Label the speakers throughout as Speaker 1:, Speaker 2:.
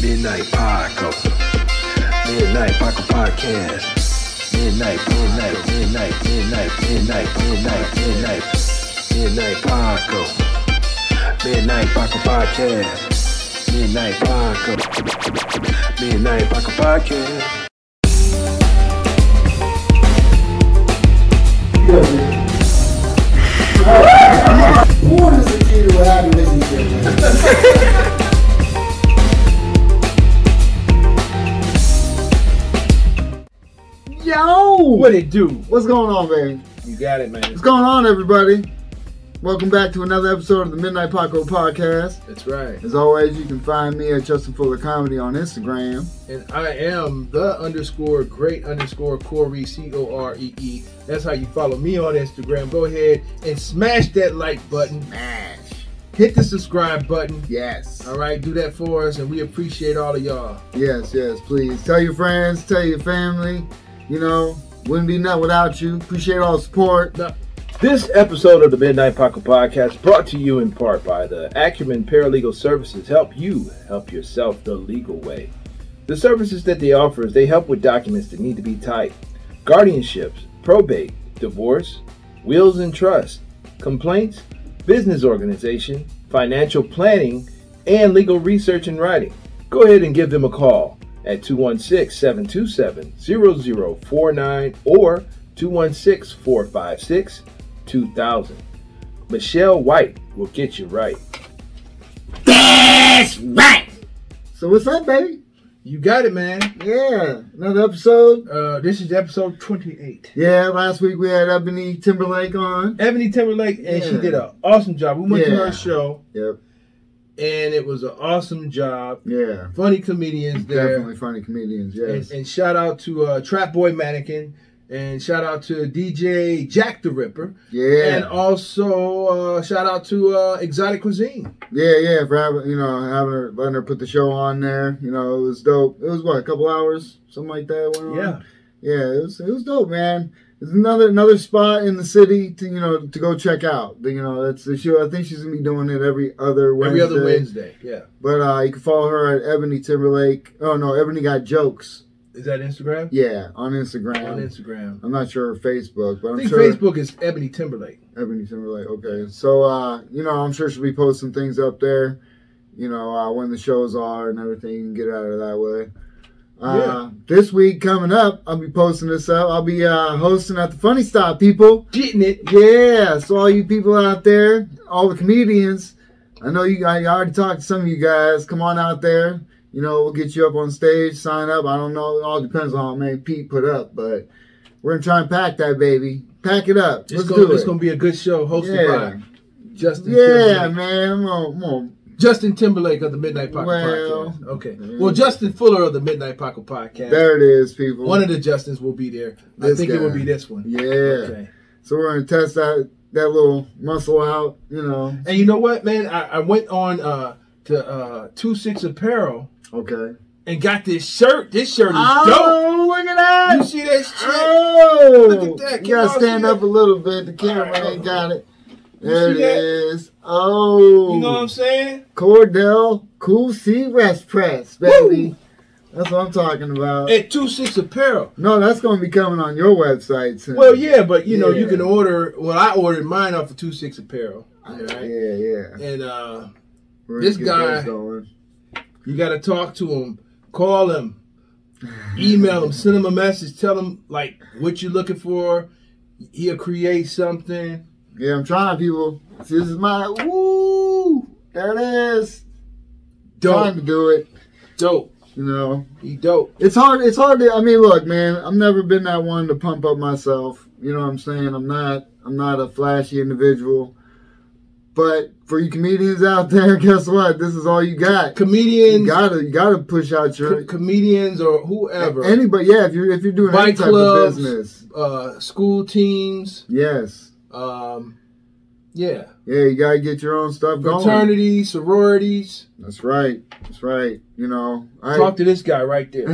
Speaker 1: Midnight Paco. Midnight Paco Podcast. Midnight, midnight, midnight, midnight, midnight, midnight, midnight. Midnight Paco. Midnight Paco Podcast. Midnight Paco. Midnight Paco Podcast.
Speaker 2: Porn is the key to a happy relationship. man.
Speaker 3: Yo!
Speaker 2: What it do? What's going on, baby?
Speaker 3: You got it, man.
Speaker 2: What's going on, everybody? Welcome back to another episode of the Midnight Paco Podcast.
Speaker 3: That's right.
Speaker 2: As always, you can find me at Justin Fuller Comedy on Instagram.
Speaker 3: And I am the underscore great underscore Corey C O R E E. That's how you follow me on Instagram. Go ahead and smash that like button.
Speaker 2: Ash.
Speaker 3: Hit the subscribe button.
Speaker 2: Yes.
Speaker 3: All right, do that for us, and we appreciate all of y'all.
Speaker 2: Yes, yes, please. Tell your friends, tell your family. You know, wouldn't be nothing without you. Appreciate all the support.
Speaker 3: This episode of the Midnight Pocket Podcast brought to you in part by the Acumen Paralegal Services. Help you help yourself the legal way. The services that they offer is they help with documents that need to be typed, guardianships, probate, divorce, wills and trust, complaints, business organization, financial planning, and legal research and writing. Go ahead and give them a call at 216 727 0049 or 216 456 2000. Michelle White will get you right.
Speaker 2: So, what's up, baby?
Speaker 3: You got it, man.
Speaker 2: Yeah, another episode.
Speaker 3: Uh, this is episode 28.
Speaker 2: Yeah, last week we had Ebony Timberlake on.
Speaker 3: Ebony Timberlake, and she
Speaker 2: Yeah.
Speaker 3: did an awesome job. We went to
Speaker 2: Yeah.
Speaker 3: her show,
Speaker 2: Yep.
Speaker 3: and it was an awesome job.
Speaker 2: Yeah.
Speaker 3: Funny comedians there.
Speaker 2: Definitely funny comedians,
Speaker 3: And,
Speaker 2: yes.
Speaker 3: and shout out to uh, Trap Boy Mannequin, and shout out to DJ Jack the Ripper,
Speaker 2: Yeah.
Speaker 3: and also uh, shout out to uh, Exotic Cuisine.
Speaker 2: Yeah, yeah, for having you know having her letting her put the show on there, you know it was dope. It was what a couple hours, something like that. Went on?
Speaker 3: Yeah,
Speaker 2: yeah, it was it was dope, man. It's another another spot in the city to you know to go check out. You know that's the show. I think she's gonna be doing it every other Wednesday.
Speaker 3: every other Wednesday. Yeah,
Speaker 2: But uh, you can follow her at Ebony Timberlake. Oh no, Ebony got jokes.
Speaker 3: is that Instagram?
Speaker 2: Yeah, on Instagram.
Speaker 3: On Instagram.
Speaker 2: I'm not sure her Facebook, but
Speaker 3: I
Speaker 2: I'm
Speaker 3: think
Speaker 2: sure
Speaker 3: Facebook is Ebony Timberlake.
Speaker 2: Ebony Timberlake. Okay, so uh, you know, I'm sure she'll be posting things up there. You know, uh, when the shows are and everything, you can get out of that way. Uh, This week coming up, I'll be posting this up. I'll be uh, hosting at the Funny Stop, people.
Speaker 3: Getting it.
Speaker 2: Yeah, so all you people out there, all the comedians, I know you. I already talked to some of you guys. Come on out there. You know, we'll get you up on stage. Sign up. I don't know. It all depends on how many Pete put up, but we're gonna try and pack that baby. Pack it up.
Speaker 3: It's
Speaker 2: Let's
Speaker 3: gonna,
Speaker 2: do
Speaker 3: it's
Speaker 2: it.
Speaker 3: gonna be a good show hosted
Speaker 2: Yeah.
Speaker 3: by Justin.
Speaker 2: Yeah,
Speaker 3: Timberlake.
Speaker 2: man. I'm on, I'm on.
Speaker 3: Justin Timberlake of the Midnight Pocket
Speaker 2: Well.
Speaker 3: Podcast. Okay.
Speaker 2: Mm.
Speaker 3: Well, Justin Fuller of the Midnight Pocket Podcast.
Speaker 2: There it is, people.
Speaker 3: One of the Justins will be there. I
Speaker 2: This
Speaker 3: think it will
Speaker 2: guy.
Speaker 3: be this one.
Speaker 2: yeah.
Speaker 3: Okay.
Speaker 2: So we're gonna test that that little muscle out. You know.
Speaker 3: And you know what, man? I, I went on uh, to uh, Two Six Apparel
Speaker 2: Okay.
Speaker 3: and got this shirt. This shirt is
Speaker 2: Oh, look at
Speaker 3: dope. You
Speaker 2: that!
Speaker 3: see that shit?
Speaker 2: Oh,
Speaker 3: Look at that. Can
Speaker 2: You gotta
Speaker 3: y'all
Speaker 2: stand
Speaker 3: see
Speaker 2: up a
Speaker 3: that?
Speaker 2: little bit. The camera ain't got it. There it
Speaker 3: see that?
Speaker 2: is. Oh,
Speaker 3: You know what I'm saying?
Speaker 2: Cordell Cool C Rest Press, baby. That's what I'm talking about.
Speaker 3: At Two Six Apparel.
Speaker 2: no, that's gonna be coming on your website soon.
Speaker 3: Well, yeah, but you know, you
Speaker 2: Yeah.
Speaker 3: can order. Well, I ordered mine off of Two Six Apparel. All
Speaker 2: Yeah,
Speaker 3: right.
Speaker 2: yeah.
Speaker 3: And uh,
Speaker 2: We're
Speaker 3: This
Speaker 2: gonna get
Speaker 3: guy-
Speaker 2: those going.
Speaker 3: You got to talk to him, call him, email him, send him a message, tell him like what you're looking for. He'll create something.
Speaker 2: Yeah, I'm trying, people. This is my woo. There it is. Trying
Speaker 3: Dope,
Speaker 2: to do it.
Speaker 3: dope.
Speaker 2: You know,
Speaker 3: He dope.
Speaker 2: it's hard. It's hard to. I mean, look, man. I've never been that one to pump up myself. You know what I'm saying? I'm not. I'm not a flashy individual. But for you comedians out there, guess what? This is all you got. You
Speaker 3: Comedians,
Speaker 2: gotta. You gotta push out
Speaker 3: co-
Speaker 2: your.
Speaker 3: comedians, or whoever.
Speaker 2: Anybody? Yeah. If you're if you're doing any
Speaker 3: Bike
Speaker 2: type
Speaker 3: clubs.
Speaker 2: of business,
Speaker 3: uh, school teams.
Speaker 2: yes.
Speaker 3: Um, yeah.
Speaker 2: Yeah, you gotta get your own stuff going.
Speaker 3: Fraternities, sororities.
Speaker 2: That's right. That's right. You know, I
Speaker 3: Talk to this guy right there.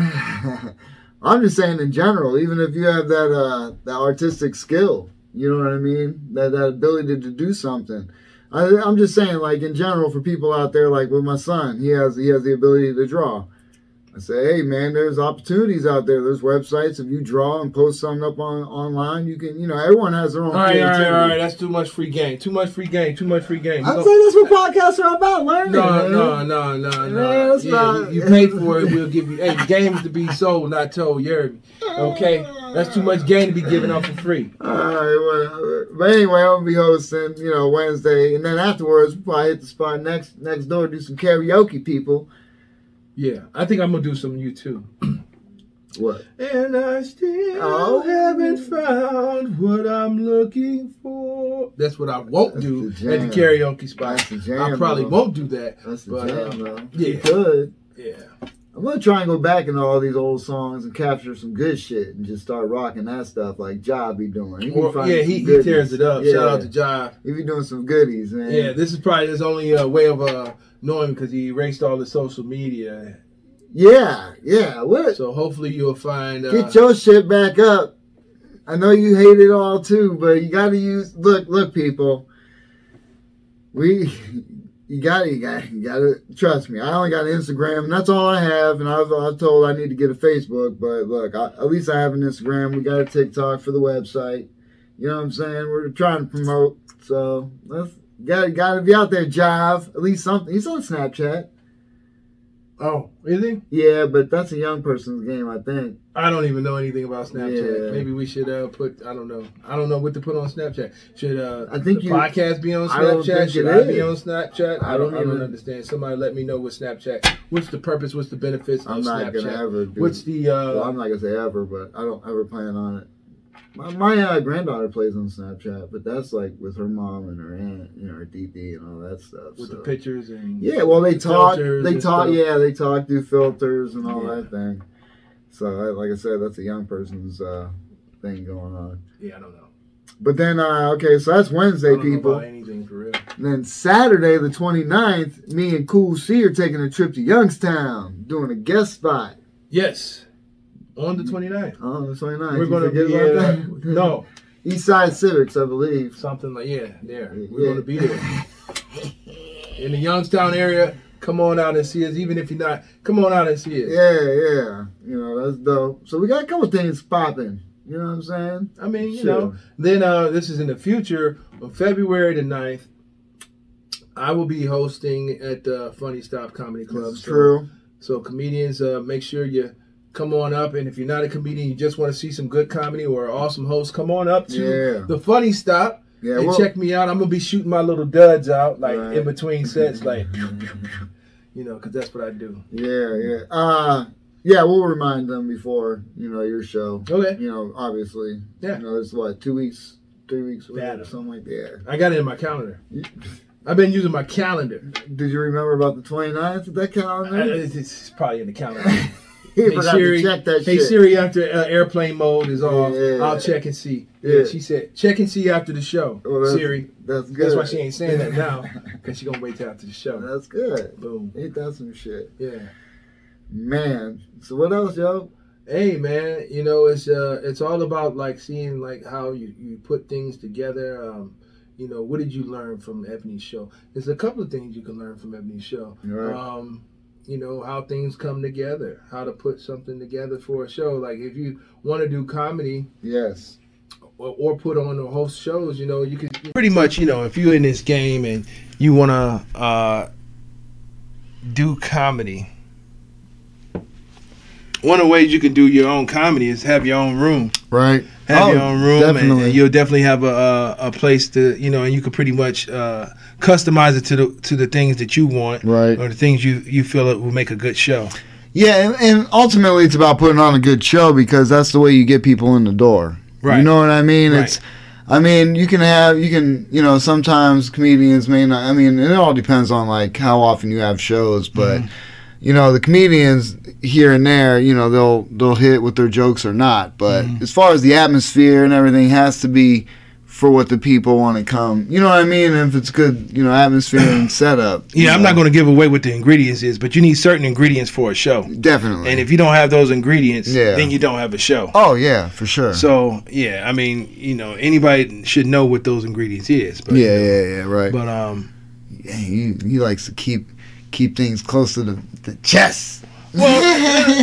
Speaker 2: I'm just saying in general, even if you have that uh, that artistic skill, you know what I mean, that that ability to do something. I, I'm just saying, like in general, for people out there, like with my son, he has he has the ability to draw. I say, hey man, there's opportunities out there. There's websites. If you draw and post something up on online, you can, you know, everyone has their own.
Speaker 3: All right, all right,
Speaker 2: creativity.
Speaker 3: all right. That's too much free game. Too much free game. Too much free game.
Speaker 2: I'm saying that's what podcasts are about, learning.
Speaker 3: No,
Speaker 2: man.
Speaker 3: no, no, no,
Speaker 2: Yeah,
Speaker 3: no.
Speaker 2: that's
Speaker 3: Yeah,
Speaker 2: not-
Speaker 3: you, you paid for it. We'll give you. Hey, game is to be sold, not told. You heard me? Okay, that's too much game to be given out for free.
Speaker 2: All right, whatever. But anyway, I'll be hosting, you know, Wednesday, and then afterwards, we'll probably hit the spot next next door do some karaoke, people.
Speaker 3: Yeah, I think I'm gonna do some you too.
Speaker 2: What?
Speaker 3: And I still
Speaker 2: Oh.
Speaker 3: haven't found what I'm looking for. That's what I won't
Speaker 2: That's
Speaker 3: do
Speaker 2: the
Speaker 3: at the
Speaker 2: jam.
Speaker 3: karaoke spot.
Speaker 2: That's the jam,
Speaker 3: I probably
Speaker 2: bro.
Speaker 3: won't do that.
Speaker 2: That's the
Speaker 3: but,
Speaker 2: jam,
Speaker 3: uh,
Speaker 2: bro.
Speaker 3: yeah.
Speaker 2: You could.
Speaker 3: yeah.
Speaker 2: I'm gonna try and go back into all these old songs and capture some good shit and just start rocking that stuff like Job be doing. He be
Speaker 3: Or-
Speaker 2: finding
Speaker 3: yeah,
Speaker 2: some
Speaker 3: he, he
Speaker 2: goodies.
Speaker 3: tears it up.
Speaker 2: Yeah.
Speaker 3: Shout out to Jive.
Speaker 2: He be doing some goodies, man.
Speaker 3: Yeah, this is probably his only uh, way of uh, knowing because he erased all his social media.
Speaker 2: yeah, yeah. What?
Speaker 3: So hopefully you'll find. Uh,
Speaker 2: Get your shit back up. I know you hate it all too, but you gotta use look, look, people. We you gotta you gotta you gotta trust me. I only got an Instagram and that's all I have and I've I've told I need to get a Facebook, but look, I, at least I have an Instagram. We got a TikTok for the website. You know what I'm saying? We're trying to promote. So let's gotta gotta be out there, Jive. At least something he's on Snapchat.
Speaker 3: oh, is he?
Speaker 2: Yeah, but that's a young person's game, I think.
Speaker 3: I don't even know anything about Snapchat.
Speaker 2: Yeah.
Speaker 3: Maybe we should uh, put. I don't know. I don't know what to put on Snapchat. Should uh,
Speaker 2: I think
Speaker 3: the
Speaker 2: you-
Speaker 3: podcast be on
Speaker 2: I don't
Speaker 3: Snapchat?
Speaker 2: think
Speaker 3: Should
Speaker 2: it
Speaker 3: I be
Speaker 2: is.
Speaker 3: on Snapchat? I
Speaker 2: I
Speaker 3: don't.
Speaker 2: don't
Speaker 3: I don't
Speaker 2: even-
Speaker 3: understand. Somebody let me know what Snapchat. What's the purpose? What's the benefits
Speaker 2: I'm
Speaker 3: of
Speaker 2: not
Speaker 3: Snapchat?
Speaker 2: gonna ever do
Speaker 3: What's the? Uh,
Speaker 2: Well, I'm not gonna say ever, but I don't ever plan on it. My, my uh, granddaughter plays on Snapchat, but that's like with her mom and her aunt, you know, her DD and all that stuff.
Speaker 3: with
Speaker 2: so.
Speaker 3: the pictures and
Speaker 2: yeah, well, they talk.
Speaker 3: filters
Speaker 2: They
Speaker 3: and
Speaker 2: talk.
Speaker 3: stuff.
Speaker 2: Yeah, they talk. Do filters and all
Speaker 3: Yeah.
Speaker 2: that thing. So, I, like I said, that's a young person's uh, thing going on.
Speaker 3: yeah. I don't know.
Speaker 2: But then, uh, okay, so that's
Speaker 3: I
Speaker 2: Wednesday,
Speaker 3: don't know
Speaker 2: people.
Speaker 3: about anything for real.
Speaker 2: And then Saturday, the 29th, me and Cool C are taking a trip to Youngstown, doing a guest spot
Speaker 3: Yes, on the 29th.
Speaker 2: on the 29th.
Speaker 3: We're
Speaker 2: You
Speaker 3: gonna
Speaker 2: forget
Speaker 3: be
Speaker 2: about
Speaker 3: uh,
Speaker 2: that?
Speaker 3: no
Speaker 2: East Side Civics, I believe.
Speaker 3: something like yeah there. We're
Speaker 2: Yeah.
Speaker 3: gonna be there in the Youngstown area. Come on out and see us, even if you're not. Come on out and see us.
Speaker 2: Yeah, yeah. You know, that's dope. So we got a couple things popping. You know what I'm saying?
Speaker 3: I mean, you
Speaker 2: Sure.
Speaker 3: know. Then uh, this is in the future on February the 9th. I will be hosting at the Funny Stop Comedy Club.
Speaker 2: That's
Speaker 3: So-
Speaker 2: true.
Speaker 3: So comedians, uh, make sure you come on up. And if you're not a comedian, you just want to see some good comedy or an awesome host, come on up to
Speaker 2: Yeah.
Speaker 3: the Funny Stop.
Speaker 2: Yeah,
Speaker 3: and
Speaker 2: well,
Speaker 3: check me out. I'm gonna be shooting my little duds out, like
Speaker 2: Right.
Speaker 3: in between sets, like you know, because that's what I do.
Speaker 2: yeah, yeah. Uh, yeah, we'll remind them before, you know, your show.
Speaker 3: Okay,
Speaker 2: You know, obviously.
Speaker 3: Yeah.
Speaker 2: You know, it's what, two weeks, three weeks, whatever,
Speaker 3: Better.
Speaker 2: something like that.
Speaker 3: I got it in my calendar.
Speaker 2: You-
Speaker 3: I've been using my calendar.
Speaker 2: Did you remember about the 29th of that
Speaker 3: I-
Speaker 2: calendar?
Speaker 3: it's, it's probably in the calendar.
Speaker 2: he
Speaker 3: hey,
Speaker 2: forgot
Speaker 3: Siri.
Speaker 2: to check that
Speaker 3: hey
Speaker 2: shit.
Speaker 3: Siri, after uh, airplane mode is off,
Speaker 2: Yeah.
Speaker 3: I'll check and see. Yeah,
Speaker 2: Yeah.
Speaker 3: she said check and see after the show.
Speaker 2: Well, that's
Speaker 3: Siri,
Speaker 2: That's good.
Speaker 3: that's why she ain't saying that now, because she gonna wait till after the show.
Speaker 2: That's good.
Speaker 3: Boom.
Speaker 2: Ain't that some shit?
Speaker 3: Yeah.
Speaker 2: Man. So what else, yo?
Speaker 3: hey man you know it's uh it's all about like seeing like how you you put things together um you know what did you learn from ebony's show there's a couple of things you can learn from ebony's show
Speaker 2: Right.
Speaker 3: um you know how things come together how to put something together for a show like if you want to do comedy
Speaker 2: Yes.
Speaker 3: or, or put on or host shows you know you could pretty much you know if you're in this game and you want to uh do comedy one of the ways you can do your own comedy is have your own room
Speaker 2: Right.
Speaker 3: have
Speaker 2: Oh,
Speaker 3: your own room and,
Speaker 2: definitely.
Speaker 3: and you'll definitely have a, a a place to you know and you could pretty much uh customize it to the to the things that you want
Speaker 2: Right.
Speaker 3: or the things you you feel it will make a good show
Speaker 2: Yeah, and, and ultimately it's about putting on a good show because that's the way you get people in the door.
Speaker 3: right
Speaker 2: You know what I mean? It's I mean, you can have you can, you know, sometimes comedians may not I mean, it all depends on like how often you have shows, but
Speaker 3: Mm-hmm.
Speaker 2: you know, the comedians here and there, you know, they'll they'll hit with their jokes or not, but
Speaker 3: Mm-hmm.
Speaker 2: as far as the atmosphere and everything has to be for what the people want to come. You know what I mean? If it's good, you know, atmosphere and setup.
Speaker 3: yeah
Speaker 2: you
Speaker 3: i'm
Speaker 2: know,
Speaker 3: not going to give away what the ingredients is but you need certain ingredients for a show
Speaker 2: definitely.
Speaker 3: and if you don't have those ingredients
Speaker 2: Yeah.
Speaker 3: then you don't have a show
Speaker 2: oh yeah, for sure.
Speaker 3: so yeah i mean you know anybody should know what those ingredients is but
Speaker 2: yeah, yeah, yeah, right.
Speaker 3: but um
Speaker 2: Yeah, he, he likes to keep keep things close to the, the chest.
Speaker 3: Well,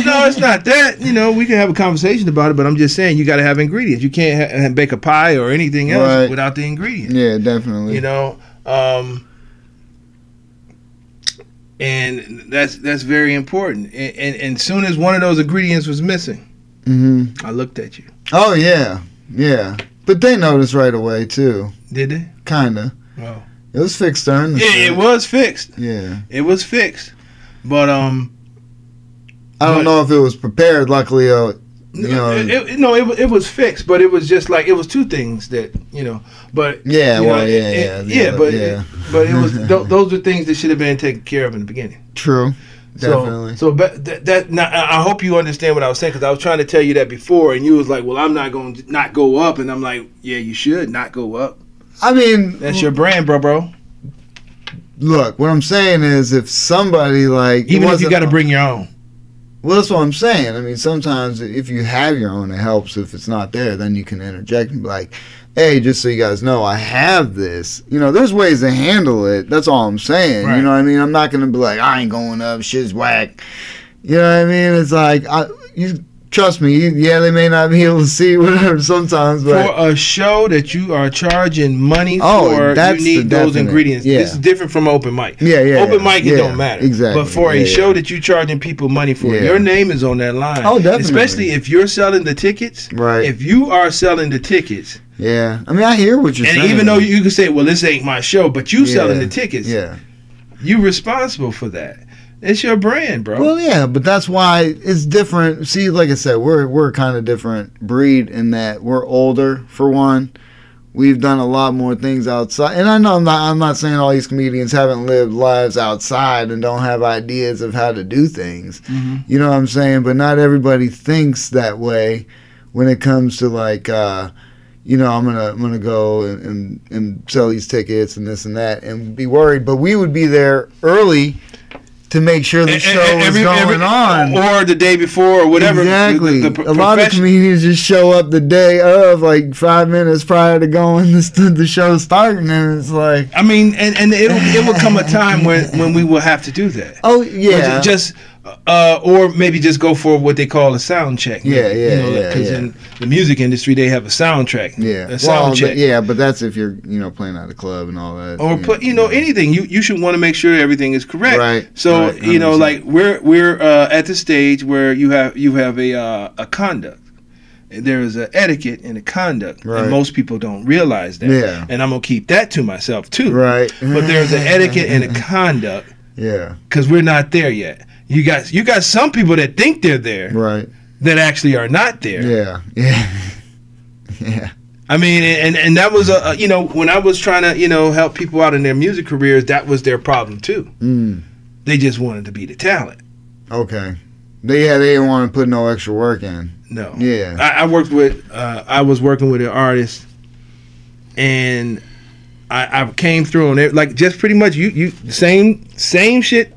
Speaker 3: no, it's not that. You know, we can have a conversation about it, but I'm just saying you got to have ingredients. You can't ha- bake a pie or anything else
Speaker 2: Right.
Speaker 3: without the ingredients.
Speaker 2: Yeah, definitely.
Speaker 3: You know, um, and that's that's very important. And, and and soon as one of those ingredients was missing,
Speaker 2: hmm
Speaker 3: I looked at you.
Speaker 2: Oh yeah, yeah. But they noticed right away too.
Speaker 3: Did they?
Speaker 2: Kinda.
Speaker 3: Wow.
Speaker 2: It was fixed during the
Speaker 3: It,
Speaker 2: shoot.
Speaker 3: it was fixed.
Speaker 2: Yeah.
Speaker 3: It was fixed. But um,
Speaker 2: I don't
Speaker 3: But-
Speaker 2: know if it was prepared. Luckily, uh, you know.
Speaker 3: it, it, no, it, wa- it was fixed. But it was just like it was two things that you know. But
Speaker 2: yeah.
Speaker 3: you know,
Speaker 2: Well. yeah.
Speaker 3: it-
Speaker 2: yeah.
Speaker 3: it-
Speaker 2: the
Speaker 3: yeah.
Speaker 2: other-
Speaker 3: But
Speaker 2: yeah.
Speaker 3: but it was th- those were things that should have been taken care of in the beginning.
Speaker 2: True. Definitely.
Speaker 3: So, so but that, that now, I I hope you understand what I was saying because I was trying to tell you that before, and you was like, "Well, I'm not going to not go up," and I'm like, "Yeah, you should not go up.
Speaker 2: I mean,
Speaker 3: That's your brand, bro, bro.
Speaker 2: look. What I'm saying is, if somebody like it
Speaker 3: Even if you
Speaker 2: wasn't-
Speaker 3: got to bring your own.
Speaker 2: Well, that's what I'm saying. I mean, sometimes if you have your own, it helps. If it's not there, then you can interject and be like, hey, just so you guys know, I have this. You know, there's ways to handle it. That's all I'm saying.
Speaker 3: Right.
Speaker 2: You know what I mean? I'm not going to be like, I ain't going up. Shit's whack. You know what I mean? It's like, I, you trust me. You, yeah, they may not be able to see whatever sometimes, but
Speaker 3: for a show that you are charging money
Speaker 2: Oh,
Speaker 3: for,
Speaker 2: that's
Speaker 3: you need
Speaker 2: the
Speaker 3: those
Speaker 2: definite.
Speaker 3: ingredients.
Speaker 2: Yeah.
Speaker 3: This is different from open mic.
Speaker 2: yeah, yeah.
Speaker 3: open
Speaker 2: yeah,
Speaker 3: mic, it
Speaker 2: yeah,
Speaker 3: don't matter.
Speaker 2: Exactly.
Speaker 3: But for
Speaker 2: yeah,
Speaker 3: a
Speaker 2: yeah.
Speaker 3: show that you're charging people money for,
Speaker 2: Yeah.
Speaker 3: your name is on that line.
Speaker 2: Oh, definitely.
Speaker 3: Especially if you're selling the tickets.
Speaker 2: Right.
Speaker 3: If you are selling the tickets,
Speaker 2: yeah. I mean, I hear what you're
Speaker 3: and
Speaker 2: saying.
Speaker 3: even though you can say, "Well, this ain't my show," but you selling
Speaker 2: Yeah,
Speaker 3: the tickets,
Speaker 2: Yeah.
Speaker 3: you responsible for that. It's your brand, bro.
Speaker 2: Well, yeah, but that's why it's different. See, like I said, we're we're kind of different breed in that we're older for one. We've done a lot more things outside, and I know I'm not. I'm not saying all these comedians haven't lived lives outside and don't have ideas of how to do things.
Speaker 3: Mhm.
Speaker 2: You know what I'm saying? But not everybody thinks that way when it comes to like, uh, you know, I'm gonna I'm gonna go and, and and sell these tickets and this and that and be worried. But we would be there early to make sure the
Speaker 3: E- e-
Speaker 2: show is
Speaker 3: every-
Speaker 2: going
Speaker 3: every-
Speaker 2: on.
Speaker 3: or the day before, or whatever.
Speaker 2: Exactly.
Speaker 3: The- the- the
Speaker 2: a lot of
Speaker 3: profession-
Speaker 2: comedians just show up the day of, like five minutes prior to going to st- the show starting, and it's like,
Speaker 3: I mean, and and it'll, it will come a time when when we will have to do that.
Speaker 2: oh
Speaker 3: Or
Speaker 2: yeah,
Speaker 3: ju- Just. Uh, or maybe just go for what they call a sound check.
Speaker 2: Yeah, yeah, yeah,
Speaker 3: Because
Speaker 2: yeah.
Speaker 3: in the music industry, they have a soundtrack.
Speaker 2: yeah,
Speaker 3: a sound
Speaker 2: well,
Speaker 3: check.
Speaker 2: but, yeah, but that's if you're you know playing at a club and all that,
Speaker 3: or put you know anything you you should want to make sure everything is correct
Speaker 2: Mm-hmm. Right,
Speaker 3: so
Speaker 2: right,
Speaker 3: you know
Speaker 2: 100%.
Speaker 3: like we're we're uh, at the stage where you have you have a uh, a conduct there is a etiquette and a conduct
Speaker 2: Right.
Speaker 3: and most people don't realize that
Speaker 2: Yeah.
Speaker 3: and i'm gonna keep that to myself too
Speaker 2: right,
Speaker 3: but there's an etiquette and a conduct
Speaker 2: yeah,
Speaker 3: because we're not there yet you got you got some people that think they're there
Speaker 2: right,
Speaker 3: that actually are not there
Speaker 2: yeah, yeah, yeah,
Speaker 3: I mean, and and that was a, a you know when I was trying to you know help people out in their music careers, that was their problem too.
Speaker 2: mm,
Speaker 3: They just wanted to be the talent.
Speaker 2: okay, they yeah they didn't want to put no extra work in,
Speaker 3: No,
Speaker 2: yeah,
Speaker 3: I, I worked with uh, I was working with an artist, and I, I came through on it like just pretty much you you same same shit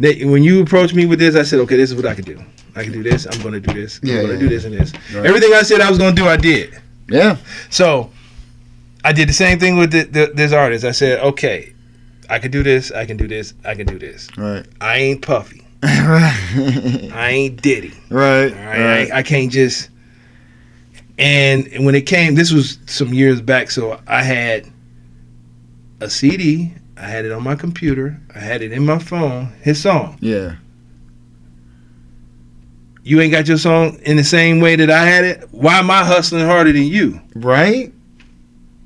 Speaker 3: that when you approached me with this, I said okay, this is what I can do. I can do this. I'm gonna do this.
Speaker 2: Yeah,
Speaker 3: I'm gonna
Speaker 2: yeah,
Speaker 3: do this and this.
Speaker 2: Right.
Speaker 3: Everything I said I was gonna do, I did.
Speaker 2: yeah,
Speaker 3: So I did the same thing with the, the, this artist. I said, okay, I can do this, I can do this, I can do this.
Speaker 2: right,
Speaker 3: I ain't Puffy.
Speaker 2: right,
Speaker 3: I ain't Diddy.
Speaker 2: right,
Speaker 3: All right. I ain't- I, can't just. And when it came, this was some years back, so I had a CD. I had it on my computer. I had it in my phone. His song.
Speaker 2: yeah,
Speaker 3: You ain't got your song in the same way that I had it. Why am I hustling harder than you?
Speaker 2: right.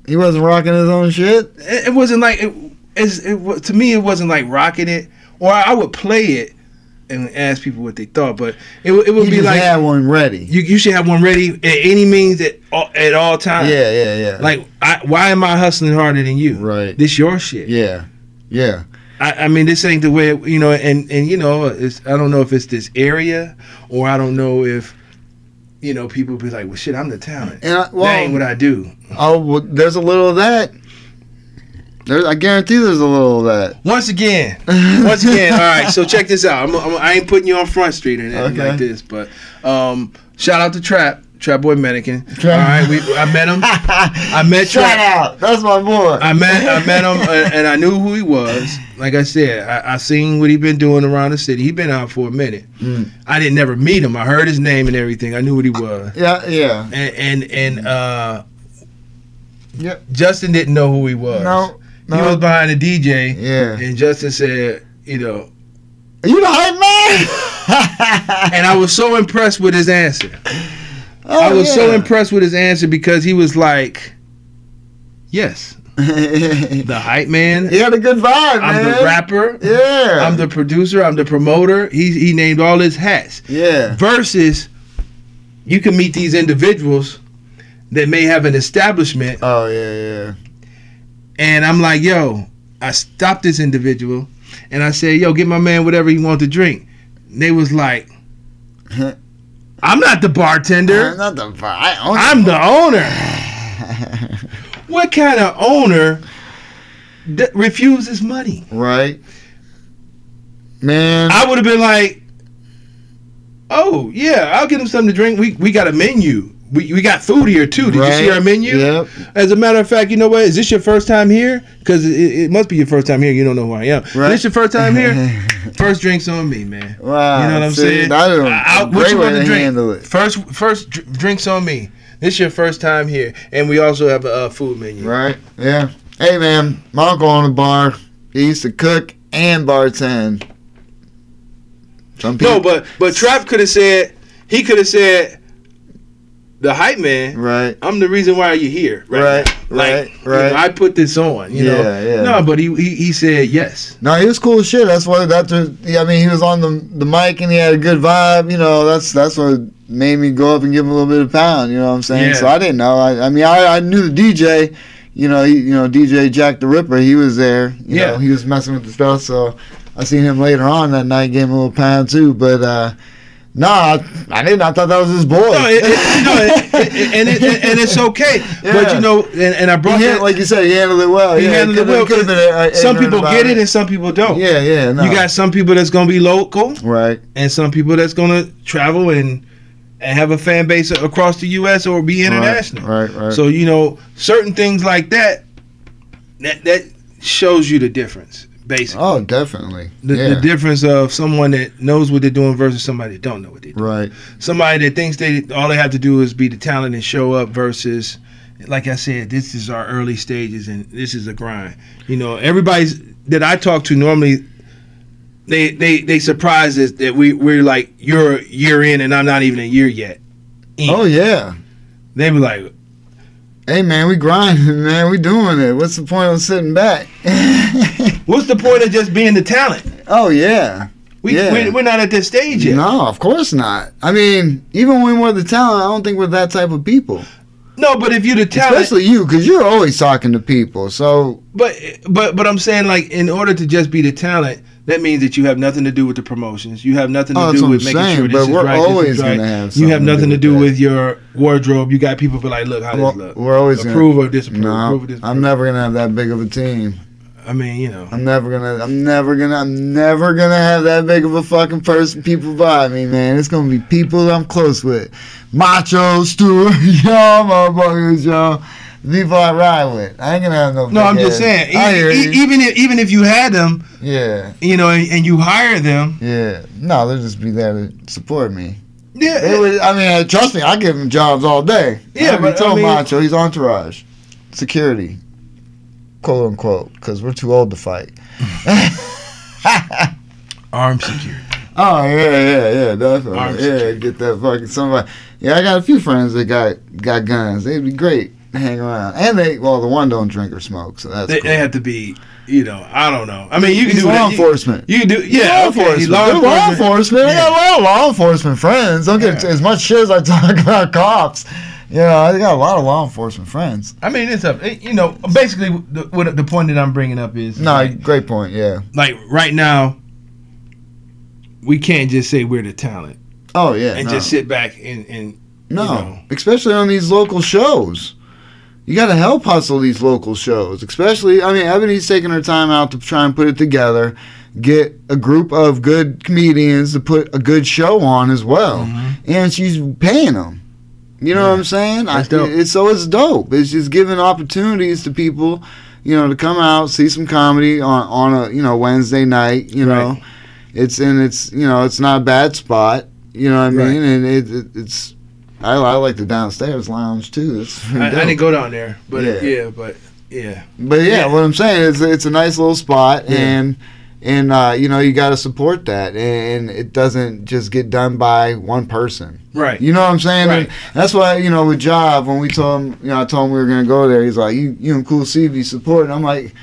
Speaker 2: He wasn't rocking his own shit.
Speaker 3: it, it wasn't like it, it's, it wa- to me it wasn't like rocking it or i would play it and ask people what they thought but it, would- it would
Speaker 2: He
Speaker 3: be
Speaker 2: just
Speaker 3: like
Speaker 2: had one ready.
Speaker 3: you, you should have one ready at any means at all, at all times
Speaker 2: yeah, yeah, yeah.
Speaker 3: like I, why am i hustling harder than you
Speaker 2: Right.
Speaker 3: this your shit
Speaker 2: yeah, yeah,
Speaker 3: I, I mean this ain't the way you know and and you know it's i don't know if it's this area or i don't know if you know people be like well shit i'm the talent
Speaker 2: and I,
Speaker 3: that ain't
Speaker 2: well,
Speaker 3: what i do
Speaker 2: oh, well, there's a little of that. There's, I guarantee there's a little of that.
Speaker 3: Once again, once again. all right, so check this out. I'm, I'm, I ain't putting you on Front Street or anything
Speaker 2: Okay.
Speaker 3: like this, but um, shout out to Trap. Trap Boy Mannequin. All right, we, I met him. I met
Speaker 2: Shout
Speaker 3: Trap.
Speaker 2: out. That's my boy.
Speaker 3: I met I met him uh, and I knew who he was. Like I said, I, I seen what he been doing around the city. He been out for a minute.
Speaker 2: Mm.
Speaker 3: I didn't never meet him. I heard his name and everything. I knew what he was.
Speaker 2: yeah, yeah.
Speaker 3: And and, and uh,
Speaker 2: Yep.
Speaker 3: Justin didn't know who he was.
Speaker 2: No,
Speaker 3: He was
Speaker 2: no.
Speaker 3: behind the DJ.
Speaker 2: Yeah.
Speaker 3: And Justin said, you know,
Speaker 2: You the hype man?
Speaker 3: and I was so impressed with his answer.
Speaker 2: Oh,
Speaker 3: I was so
Speaker 2: yeah.
Speaker 3: impressed with his answer because he was like, yes, the hype man.
Speaker 2: he had a good vibe,
Speaker 3: I'm
Speaker 2: man.
Speaker 3: the rapper.
Speaker 2: Yeah.
Speaker 3: I'm the producer. I'm the promoter. He he named all his hats.
Speaker 2: Yeah.
Speaker 3: Versus, you can meet these individuals that may have an establishment,
Speaker 2: Oh yeah,
Speaker 3: and I'm like, yo, I stopped this individual, and I said, yo, get my man whatever he wants to drink. And they was like, I'm not
Speaker 2: yeah.
Speaker 3: the
Speaker 2: I'm
Speaker 3: bartender.
Speaker 2: not the vi- I own
Speaker 3: I'm the owner. What kind of owner that refuses money?
Speaker 2: right.
Speaker 4: man.
Speaker 3: I would have been like, "Oh yeah, I'll get him something to drink. We we got a menu. We, we got food here too. Did you see
Speaker 2: Right.
Speaker 3: our menu?
Speaker 2: Yep.
Speaker 3: As a matter of fact, you know what? Is this your first time here? Because it, it must be your first time here. You don't know who I am.
Speaker 2: Right.
Speaker 3: This your first time here. First drinks on me, man.
Speaker 2: wow.
Speaker 3: You know what I'm
Speaker 2: see,
Speaker 3: saying?
Speaker 2: That is a
Speaker 3: I- I-
Speaker 2: great
Speaker 3: what you
Speaker 2: way
Speaker 3: want to
Speaker 2: to
Speaker 3: drink?
Speaker 2: handle it.
Speaker 3: First first dr- drinks on me. This your first time here, and we also have a uh, food menu.
Speaker 2: Right. Yeah. Hey man, my uncle owned a bar. He used to cook and bartend. Some people.
Speaker 3: No, but but Trap could have said he could have said the hype man.
Speaker 2: right.
Speaker 3: I'm the reason why you're here.
Speaker 2: Right,
Speaker 3: now. Like,
Speaker 2: right,
Speaker 3: you know,
Speaker 2: right.
Speaker 3: I put this on. You know.
Speaker 2: Yeah, yeah.
Speaker 3: No, but he, he he said yes.
Speaker 2: No, he was cool as shit. That's why that's what, yeah, I mean, he was on the the mic and he had a good vibe. You know, that's that's what made me go up and give him a little bit of pound. You know what I'm saying?
Speaker 3: Yeah.
Speaker 2: So I didn't know. I, I mean, I, I knew the DJ. You know, he, you know DJ Jack the Ripper. He was there. You
Speaker 3: Yeah.
Speaker 2: know, he was messing with the stuff. So I seen him later on that night. Gave him a little pound too. But uh, nah, I, I didn't. I thought that was his boy.
Speaker 3: No, it, it, no it, it- it- and it, and- and it's okay. But
Speaker 2: Yeah.
Speaker 3: you know, and, and I brought
Speaker 2: He
Speaker 3: that.
Speaker 2: had- like you said, he handled it well.
Speaker 3: he
Speaker 2: yeah,
Speaker 3: handled it
Speaker 2: could've-
Speaker 3: well,
Speaker 2: could've been a- a-
Speaker 3: some
Speaker 2: ignorant
Speaker 3: people
Speaker 2: about
Speaker 3: get it and some people don't.
Speaker 2: Yeah, yeah. No.
Speaker 3: You got some people that's gonna be local
Speaker 2: right.
Speaker 3: and some people that's gonna travel and and have a fan base across the U.S. or be international.
Speaker 2: Right. Right.
Speaker 3: So you know, certain things like that, that that shows you the difference, basically.
Speaker 2: Oh, definitely.
Speaker 3: The,
Speaker 2: yeah.
Speaker 3: the difference of someone that knows what they're doing versus somebody that don't know what they do.
Speaker 2: right.
Speaker 3: Somebody that thinks they all they have to do is be the talent and show up versus, like I said, this is our early stages and this is a grind. You know, everybody's that I talk to normally, they they they surprised us that we we're like you're a year in and I'm not even a year yet. in."
Speaker 2: Oh yeah.
Speaker 3: They be like,
Speaker 2: Hey man, we grinding, man. We doing it. What's the point of sitting back?
Speaker 3: what's the point of just being the talent?
Speaker 2: oh yeah.
Speaker 3: We
Speaker 2: Yeah.
Speaker 3: we're, we're not at this stage yet.
Speaker 2: No, of course not. I mean, even when we're the talent, I don't think we're that type of people.
Speaker 3: No, but if you're the talent,
Speaker 2: Especially you, because you're always talking to people. So
Speaker 3: But but but I'm saying like in order to just be the talent, that means that you have nothing to do with the promotions. You have nothing to
Speaker 2: Oh, that's
Speaker 3: do
Speaker 2: what
Speaker 3: with
Speaker 2: I'm
Speaker 3: making
Speaker 2: saying,
Speaker 3: sure this
Speaker 2: but
Speaker 3: is
Speaker 2: we're
Speaker 3: right. this
Speaker 2: always
Speaker 3: is right.
Speaker 2: gonna have
Speaker 3: you have
Speaker 2: something to
Speaker 3: nothing
Speaker 2: do
Speaker 3: to
Speaker 2: with
Speaker 3: do
Speaker 2: that.
Speaker 3: with your wardrobe. You got people be like, look how
Speaker 2: Well,
Speaker 3: this look.
Speaker 2: we're always gonna-
Speaker 3: approve or disapprove.
Speaker 2: no,
Speaker 3: approve or disapprove.
Speaker 2: I'm never gonna have that big of a team.
Speaker 3: I mean, you know.
Speaker 2: I'm never gonna. I'm never gonna. I'm never gonna have that big of a fucking person people by me, man. It's gonna be people I'm close with, macho, Stuart, y'all, motherfuckers, y'all. People I ride with. I ain't gonna have no.
Speaker 3: No, I'm
Speaker 2: big
Speaker 3: just
Speaker 2: ass-
Speaker 3: saying.
Speaker 2: I hear you.
Speaker 3: Even, e- even if even if you had them,
Speaker 2: Yeah,
Speaker 3: you know, and, and you hire them,
Speaker 2: yeah. No, they'll just be there to support me. They
Speaker 3: yeah,
Speaker 2: would, I mean, uh, trust me, I give them jobs all day.
Speaker 3: Yeah,
Speaker 2: I
Speaker 3: but, I
Speaker 2: told
Speaker 3: mean-
Speaker 2: Macho he's entourage, security, quote unquote, because we're too old to fight.
Speaker 3: armed security.
Speaker 2: Oh yeah, yeah, yeah, definitely.
Speaker 3: Arms.
Speaker 2: Yeah, get that fucking somebody. Yeah, I got a few friends that got got guns. They'd be great to hang around, and they well, the one don't drink or smoke, so that's
Speaker 3: They,
Speaker 2: cool.
Speaker 3: they have to be, you know, I don't know. I mean, you can
Speaker 2: He's
Speaker 3: do
Speaker 2: law
Speaker 3: that. You-
Speaker 2: enforcement.
Speaker 3: You, can do, yeah,
Speaker 2: law
Speaker 3: okay,
Speaker 2: enforcement.
Speaker 3: Law
Speaker 2: They're law
Speaker 3: enforcement.
Speaker 2: enforcement. I got
Speaker 3: Yeah.
Speaker 2: a lot of law enforcement friends. Don't get
Speaker 3: Yeah.
Speaker 2: as much shit as I talk about cops. Yeah, I got a lot of law enforcement friends.
Speaker 3: I mean, it's up. it- You know, basically, the, what the point that I'm bringing up is
Speaker 2: No,
Speaker 3: like,
Speaker 2: great point. Yeah.
Speaker 3: like, right now, we can't just say we're the talent
Speaker 2: Oh yeah.
Speaker 3: and
Speaker 2: no.
Speaker 3: just sit back and, and
Speaker 2: No,
Speaker 3: know.
Speaker 2: especially on these local shows. You got to help hustle these local shows, especially. I mean, Ebony's taking her time out to try and put it together, get a group of
Speaker 3: Mm-hmm.
Speaker 2: good comedians to put a good show on as well, and she's paying them. You know what I'm saying?
Speaker 3: That's
Speaker 2: I,
Speaker 3: dope.
Speaker 2: It's so it's dope. It's just giving opportunities to people, you know, to come out see some comedy on on a you know Wednesday night. You know,
Speaker 3: Right.
Speaker 2: it's and it's you know it's not a bad spot. You know what I
Speaker 3: Right.
Speaker 2: mean? And it, it it's I, I like the downstairs lounge too. It's
Speaker 3: I, I
Speaker 2: dope.
Speaker 3: didn't go down there, but yeah,
Speaker 2: Yeah.
Speaker 3: but yeah,
Speaker 2: But yeah,
Speaker 3: Yeah.
Speaker 2: what I'm saying is it's a nice little spot
Speaker 3: Yeah.
Speaker 2: and and uh, you know you got to support that and it doesn't just get done by one person.
Speaker 3: right.
Speaker 2: You know what I'm saying?
Speaker 3: Right.
Speaker 2: And that's why you know with Job when we told him, you know, I told him we were gonna go there. He's like, you you and Cool CV support. And I'm like.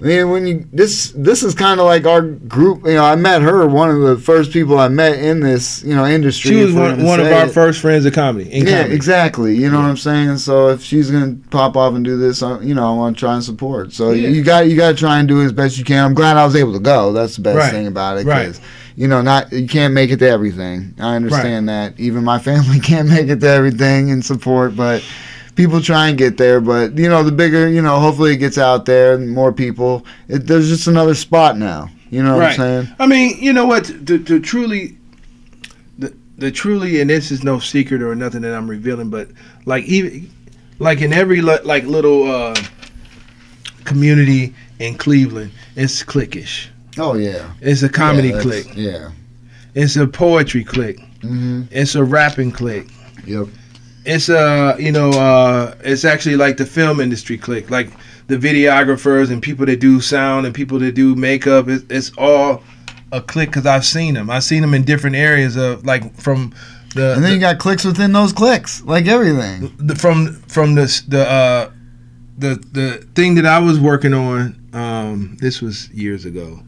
Speaker 2: Man, when you this this is kind of like our group. You know, I met her, one of the first people I met in this you know industry.
Speaker 3: She was
Speaker 2: if we're
Speaker 3: one,
Speaker 2: gonna
Speaker 3: one of
Speaker 2: say
Speaker 3: our
Speaker 2: it.
Speaker 3: first friends of comedy. In
Speaker 2: Yeah,
Speaker 3: comedy.
Speaker 2: exactly. You know what I'm saying. So if she's gonna pop off and do this, I, you know, I want to try and support. So
Speaker 3: Yeah.
Speaker 2: you got you got to try and do as best you can. I'm glad I was able to go. That's the best
Speaker 3: Right.
Speaker 2: thing about it.
Speaker 3: Right.
Speaker 2: 'cause, you know, not you can't make it to everything. I understand that. Even my family can't make it to everything and support, but people try and get there. But you know, the bigger, you know, hopefully it gets out there and more people. It, there's just another spot now. You know what
Speaker 3: Right.
Speaker 2: I'm saying?
Speaker 3: I mean, you know what? To, to truly, the, the truly, and this is no secret or nothing that I'm revealing, but like even, like in every li- like little uh, community in Cleveland, it's cliquish.
Speaker 2: Oh yeah.
Speaker 3: It's a comedy
Speaker 2: Yeah, that's-
Speaker 3: clique.
Speaker 2: Yeah.
Speaker 3: It's a poetry clique.
Speaker 2: hmm
Speaker 3: It's a rapping clique.
Speaker 2: Yep.
Speaker 3: It's a you know uh, it's actually like the film industry clique, like the videographers and people that do sound and people that do makeup. It's, it's all a clique because I've seen them. I've seen them in different areas of like from the,
Speaker 2: And then you got clicks within those clicks, like everything.
Speaker 3: the from from the s- the uh, the the thing that I was working on. Um, this was years ago.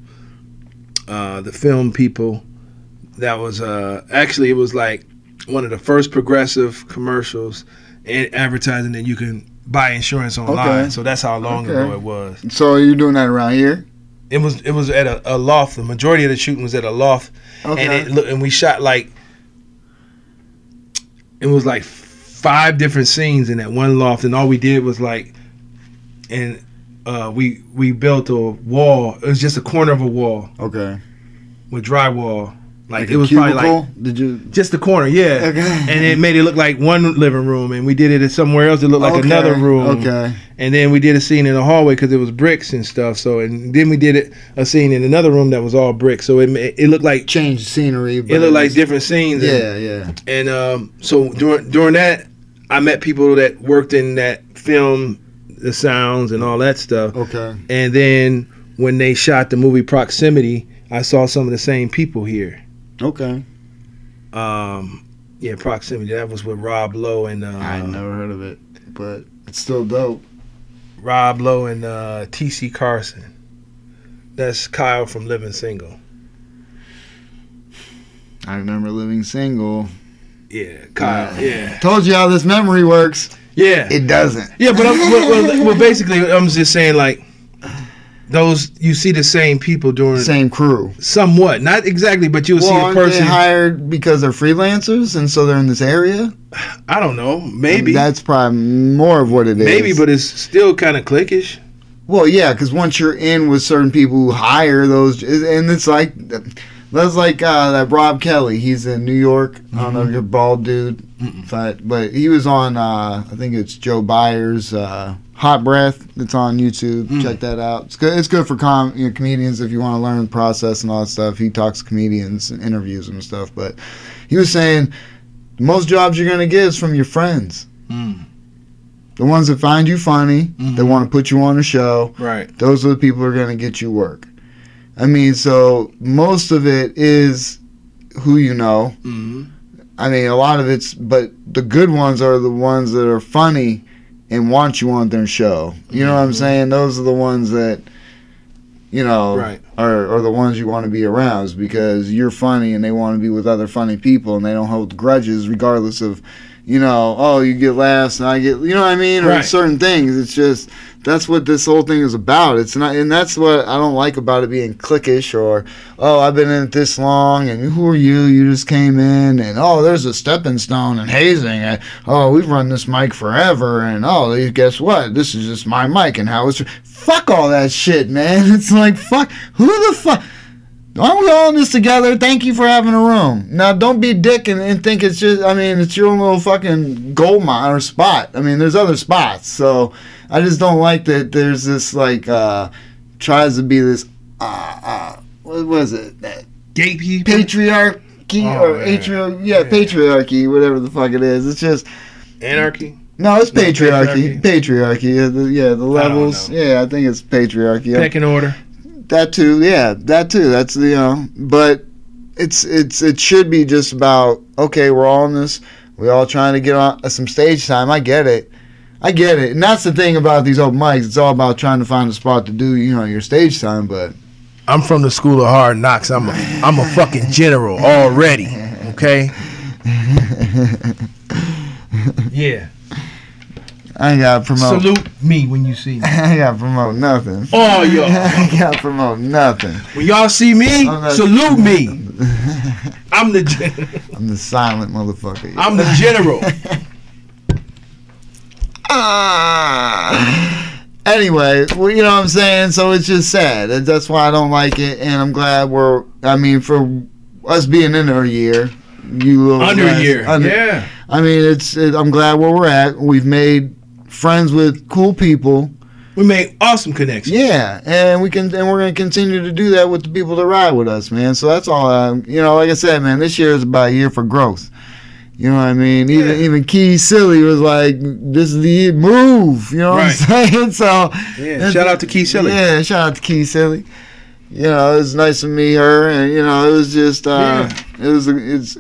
Speaker 3: Uh, the film people. That was uh, actually it was like one of the first progressive commercials and advertising that you can buy insurance online.
Speaker 2: Okay.
Speaker 3: So that's how long
Speaker 2: Okay.
Speaker 3: ago it was.
Speaker 2: So you're doing that around here?
Speaker 3: It was it was at a, a loft. The majority of the shooting was at a loft and it look and we shot like it was like five different scenes in that one loft and all we did was like and uh we we built a wall it was just a corner of a wall
Speaker 2: okay.
Speaker 3: with drywall like,
Speaker 2: Like
Speaker 3: it
Speaker 2: a
Speaker 3: was probably like
Speaker 2: cubicle? Did you?
Speaker 3: just the corner yeah
Speaker 2: Okay.
Speaker 3: and it made it look like one living room and we did it at somewhere else it looked like
Speaker 2: Okay,
Speaker 3: another room
Speaker 2: Okay.
Speaker 3: and then we did a scene in the hallway because it was bricks and stuff so and then we did it a scene in another room that was all bricks so it ma- it looked like
Speaker 2: Change scenery. But
Speaker 3: it looked like
Speaker 2: was-
Speaker 3: different scenes and-
Speaker 2: Yeah, yeah.
Speaker 3: and um, so during during that, I met people that worked in that film, the sounds and all that stuff.
Speaker 2: Okay.
Speaker 3: And then when they shot the movie Proximity, I saw some of the same people here.
Speaker 2: Okay.
Speaker 3: Um, yeah, Proximity. That was with Rob Lowe and
Speaker 2: I
Speaker 3: uh,
Speaker 2: never heard of it, but it's still dope.
Speaker 3: Rob Lowe and uh, T.C. Carson. That's Kyle from Living Single.
Speaker 2: I remember living single.
Speaker 3: Yeah, Kyle. Yeah,
Speaker 2: Told you how this memory works.
Speaker 3: yeah.
Speaker 2: It doesn't.
Speaker 3: Yeah, but I'm, well, well, well, basically, I'm just saying like those you see the same people during
Speaker 2: Same crew.
Speaker 3: somewhat, not exactly, but you'll
Speaker 2: Well,
Speaker 3: see a
Speaker 2: aren't they
Speaker 3: person.
Speaker 2: hired because they're freelancers and so they're in this area?
Speaker 3: I don't know, maybe,
Speaker 2: That's probably more of what it is.
Speaker 3: maybe, but it's still kind of cliquish.
Speaker 2: Well, yeah, because once you're in with certain people who hire those, and it's like that's like uh, that Rob Kelly. He's in New York. I don't know if you're a bald dude, but but he was on. Uh, I think it's Joe Byers. Uh, Hot Breath. It's on YouTube. Check that out. It's good. It's good for com you know, comedians if you want to learn the process and all that stuff. He talks to comedians and interviews them and stuff. But he was saying most jobs you're gonna get is from your friends.
Speaker 3: Mm.
Speaker 2: The ones that find you funny, that
Speaker 3: Mhm.
Speaker 2: want to put you on a show,
Speaker 3: Right.
Speaker 2: those are the people who are going to get you work. I mean, so most of it is who you know.
Speaker 5: Mm-hmm.
Speaker 3: hmm
Speaker 2: I mean, a lot of it's, but the good ones are the ones that are funny and want you on their show. You know what I'm
Speaker 3: Mhm.
Speaker 2: saying? Those are the ones that, you know,
Speaker 3: Right.
Speaker 2: are, are the ones you want to be around is because you're funny and they want to be with other funny people and they don't hold grudges regardless of, you know, oh, you get laughs and I get, you know what I mean? Or
Speaker 3: Right.
Speaker 2: certain things. It's just, that's what this whole thing is about. It's not, and that's what I don't like about it being cliquish or, oh, I've been in it this long, and who are you? You just came in, and oh, there's a stepping stone and hazing. And, oh, we've run this mic forever, and oh, guess what? This is just my mic, and how it's fuck all that shit, man. It's like fuck, who the fuck? Aren't we all in this together? Thank you for having a room. Now, don't be a dick and, and think it's just, I mean, it's your own little fucking gold mine or spot. I mean, there's other spots. So I just don't like that there's this, like, uh, tries to be this, uh, uh, what was it? That
Speaker 3: Gatekeeper.
Speaker 2: patriarchy
Speaker 3: Oh,
Speaker 2: or
Speaker 3: man.
Speaker 2: atrio, yeah,
Speaker 3: Yeah.
Speaker 2: patriarchy, whatever the fuck it is. It's just,
Speaker 3: Anarchy.
Speaker 2: no, it's
Speaker 3: No,
Speaker 2: patriarchy.
Speaker 3: patriarchy.
Speaker 2: Patriarchy. Yeah, the, yeah, the levels.
Speaker 3: know.
Speaker 2: Yeah, I think it's patriarchy. I'm
Speaker 3: Pecking order.
Speaker 2: that too yeah that too that's the you know but it's it's it should be just about okay we're all in this we all trying to get on uh, some stage time i get it i get it and that's the thing about these open mics it's all about trying to find a spot to do you know your stage time but
Speaker 3: I'm from the school of hard knocks. I'm a I'm a fucking general already. Okay. Yeah.
Speaker 2: i ain't gotta promote
Speaker 3: Salute me when you see me.
Speaker 2: i ain't gotta promote nothing
Speaker 3: Oh y'all.
Speaker 2: i ain't gotta promote nothing
Speaker 3: When y'all see me,
Speaker 2: I'm not-
Speaker 3: salute me. I'm the gen-
Speaker 2: i'm the silent motherfucker
Speaker 3: I'm the general.
Speaker 2: Ah. anyway, well, you know what I'm saying? So it's just sad. And That's why I don't like it. And I'm glad we're, I mean, for us being in there a year, you little
Speaker 3: Under
Speaker 2: guys-
Speaker 3: year.
Speaker 2: under-
Speaker 3: Yeah.
Speaker 2: I mean, it's, it, I'm glad where we're at. We've made friends with cool people.
Speaker 3: We made awesome connections.
Speaker 2: Yeah. And we can, and we're going to continue to do that with the people that ride with us, man. So that's all I'm, you know, like I said, man, this year is about a year for growth. You know what I mean? Even
Speaker 3: Yeah.
Speaker 2: even Key Silly was like, "This is the year. move." You know what I'm saying? So
Speaker 3: Yeah, Shout out to Key Silly.
Speaker 2: yeah, shout out to Key Silly. You know, it was nice to meet her, and you know, it was just, uh, it was, it's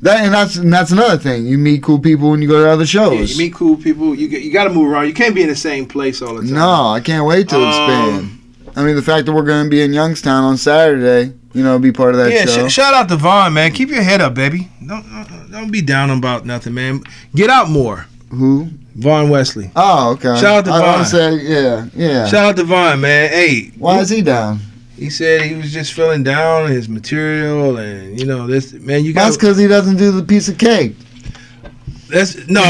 Speaker 2: that, and that's, and that's another thing. You meet cool people when you go to other shows.
Speaker 5: Yeah, Oh, you meet cool people. You get, you got to move around. You can't be in the same place all the time.
Speaker 2: no, I can't wait to
Speaker 5: Um,
Speaker 2: expand. I mean, the fact that we're going to be in Youngstown on Saturday, you know, be part of that
Speaker 3: Yeah,
Speaker 2: show.
Speaker 3: sh- shout out to Vaughn, man. Keep your head up, baby. Don't don't- don't be down about nothing, man. Get out more,
Speaker 2: Who?
Speaker 3: Vaughn Wesley.
Speaker 2: Oh, okay.
Speaker 3: Shout out to
Speaker 2: I, I
Speaker 3: Vaughn.
Speaker 2: said, yeah, yeah.
Speaker 3: Shout out to Vaughn, man. Hey,
Speaker 2: Why is he down?
Speaker 3: he said he was just feeling down his material, and you know this man. You
Speaker 2: That's
Speaker 3: got
Speaker 2: because he doesn't do the piece of cake.
Speaker 3: that's no.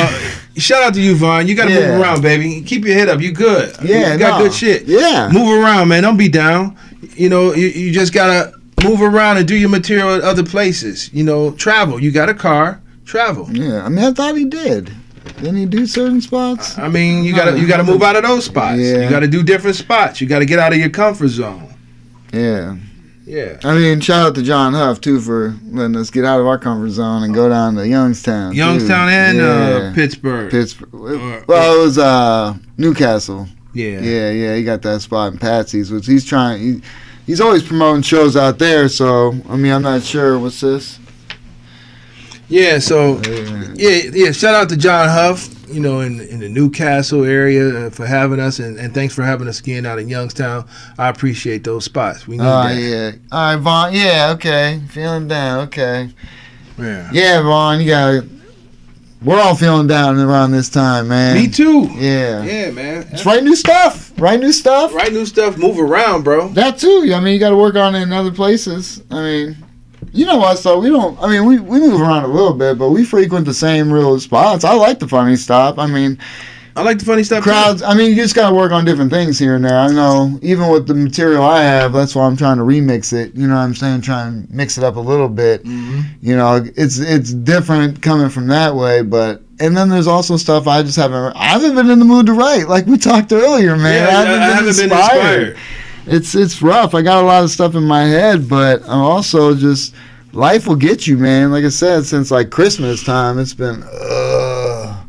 Speaker 3: shout out to you, Vaughn. You got to
Speaker 2: Yeah.
Speaker 3: move around, baby. Keep your head up. You good?
Speaker 2: Yeah,
Speaker 3: you got
Speaker 2: no.
Speaker 3: good shit.
Speaker 2: Yeah.
Speaker 3: Move around, man. Don't be down. You know, you, you just gotta move around and do your material at other places. You know, travel. You got a car, travel.
Speaker 2: Yeah, I mean, I thought he did. Didn't he do certain spots?
Speaker 3: I mean, you gotta you gotta move out of those spots.
Speaker 2: Yeah.
Speaker 3: You gotta do different spots. You gotta get out of your comfort zone.
Speaker 2: Yeah.
Speaker 3: Yeah.
Speaker 2: I mean, shout out to John Huff, too, for letting us get out of our comfort zone and go down to Youngstown. too.
Speaker 3: Youngstown and
Speaker 2: Hmm. Yeah.
Speaker 3: uh, Pittsburgh.
Speaker 2: Pittsburgh.
Speaker 3: or-
Speaker 2: Well, it was uh, Newcastle.
Speaker 3: yeah.
Speaker 2: Yeah, yeah, he got that spot in Patsy's, which he's trying. He, he's always promoting shows out there, so, I mean, I'm not sure. What's this?
Speaker 3: Yeah. So
Speaker 2: Yeah.
Speaker 3: yeah, Mm-hmm. yeah. Shout out to John Huff, you know, in in the Newcastle area uh, for having us, and, and thanks for having us again out in Youngstown. I appreciate those spots. We need
Speaker 2: Oh,
Speaker 3: that.
Speaker 2: yeah. All right, Vaughn. Yeah, okay. Feeling down. Okay.
Speaker 3: Yeah.
Speaker 2: Yeah, Vaughn, you got. We're all feeling down around this time, man.
Speaker 3: Me too.
Speaker 2: Yeah.
Speaker 3: Yeah, man.
Speaker 2: Just write new stuff. Write new stuff.
Speaker 3: Write new stuff. Move around, bro.
Speaker 2: That too. I mean, you got to work on it in other places. I mean, you know what? So we don't. I mean, we, we move around a little bit, but we frequent the same real spots. I like the funny stop. I mean,
Speaker 3: I like the funny stuff. too.
Speaker 2: crowds. I mean, you just got to work on different things here and there. I know, even with the material I have, that's why I'm trying to remix it. You know what I'm saying? Try and mix it up a little bit.
Speaker 3: Mm-hmm.
Speaker 2: You know, it's it's different coming from that way, but. And then there's also stuff I just haven't. I haven't been in the mood to write, like we talked earlier, man.
Speaker 3: Yeah, I, I haven't been inspired.
Speaker 2: It's it's rough. I got a lot of stuff in my head, but I'm also just life will get you, man. Like I said, since like Christmas time, it's been uh,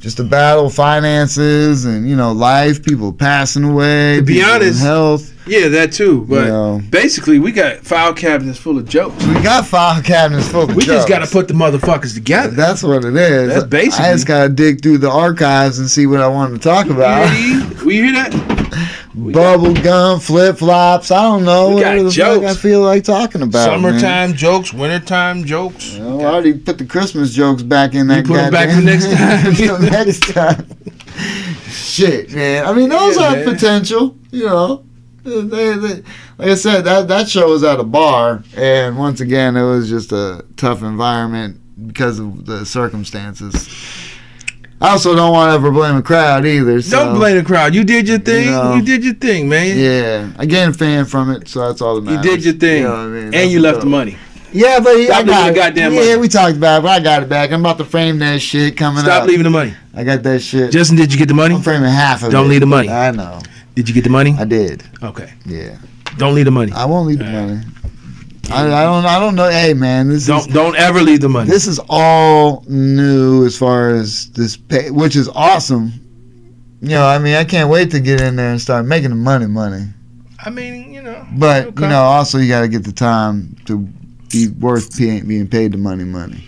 Speaker 2: just a battle, finances, and you know, life, people passing away,
Speaker 3: To be
Speaker 2: people in
Speaker 3: honest,
Speaker 2: health.
Speaker 3: Yeah, that too. But
Speaker 2: know.
Speaker 3: basically, we got file cabinets full of jokes.
Speaker 2: We got file cabinets full of
Speaker 3: We just
Speaker 2: jokes.
Speaker 3: got to put the motherfuckers together.
Speaker 2: That's what it is.
Speaker 3: That's basically-
Speaker 2: I just gotta dig through the archives and see what I want to talk about.
Speaker 3: You hear these? We hear that?
Speaker 2: Bubble gum, flip flops. I don't know
Speaker 3: We got
Speaker 2: whatever the fuck I
Speaker 3: jokes.
Speaker 2: feel like talking about. man.
Speaker 3: Summertime jokes, wintertime jokes.
Speaker 2: Well, I already put the Christmas jokes back in that.
Speaker 3: put 'em back
Speaker 2: goddamn-
Speaker 3: for next time.
Speaker 2: Till next time. Shit, man. I mean, those
Speaker 3: Yeah,
Speaker 2: have
Speaker 3: man.
Speaker 2: potential. You know, They- they- like I said, that that show was at a bar, and once again, it was just a tough environment because of the circumstances. I also don't want to ever blame a crowd either. So.
Speaker 3: Don't blame the crowd. You did your thing.
Speaker 2: No.
Speaker 3: You did your thing, man.
Speaker 2: Yeah, I gained a fan from it, so that's all that
Speaker 3: You
Speaker 2: matters.
Speaker 3: did your thing,
Speaker 2: You know what I mean?
Speaker 3: and
Speaker 2: That's
Speaker 3: you left
Speaker 2: what's
Speaker 3: the
Speaker 2: up.
Speaker 3: money.
Speaker 2: Yeah, but yeah, I
Speaker 3: Stop leaving
Speaker 2: got
Speaker 3: the
Speaker 2: it.
Speaker 3: goddamn
Speaker 2: yeah,
Speaker 3: money.
Speaker 2: we talked about it, but I got it back. I'm about to frame that shit coming
Speaker 3: Stop
Speaker 2: up.
Speaker 3: leaving the money.
Speaker 2: I got that shit.
Speaker 3: Justin, did you get the money?
Speaker 2: I'm framing half of it.
Speaker 3: Don't leave the money.
Speaker 2: I know.
Speaker 3: Did you get the money?
Speaker 2: I did.
Speaker 3: Okay.
Speaker 2: Yeah.
Speaker 3: Don't leave the money.
Speaker 2: I won't leave the
Speaker 3: Uh,
Speaker 2: money. I, I don't. I don't know. Hey, man, this is
Speaker 3: Don't don't ever leave the money.
Speaker 2: this is all new as far as this, pay, which is awesome. You know, I mean, I can't wait to get in there and start making the money, money.
Speaker 3: I mean, you know.
Speaker 2: But
Speaker 3: Okay.
Speaker 2: you know, also you got to get the time to be worth pay- being paid the money, money.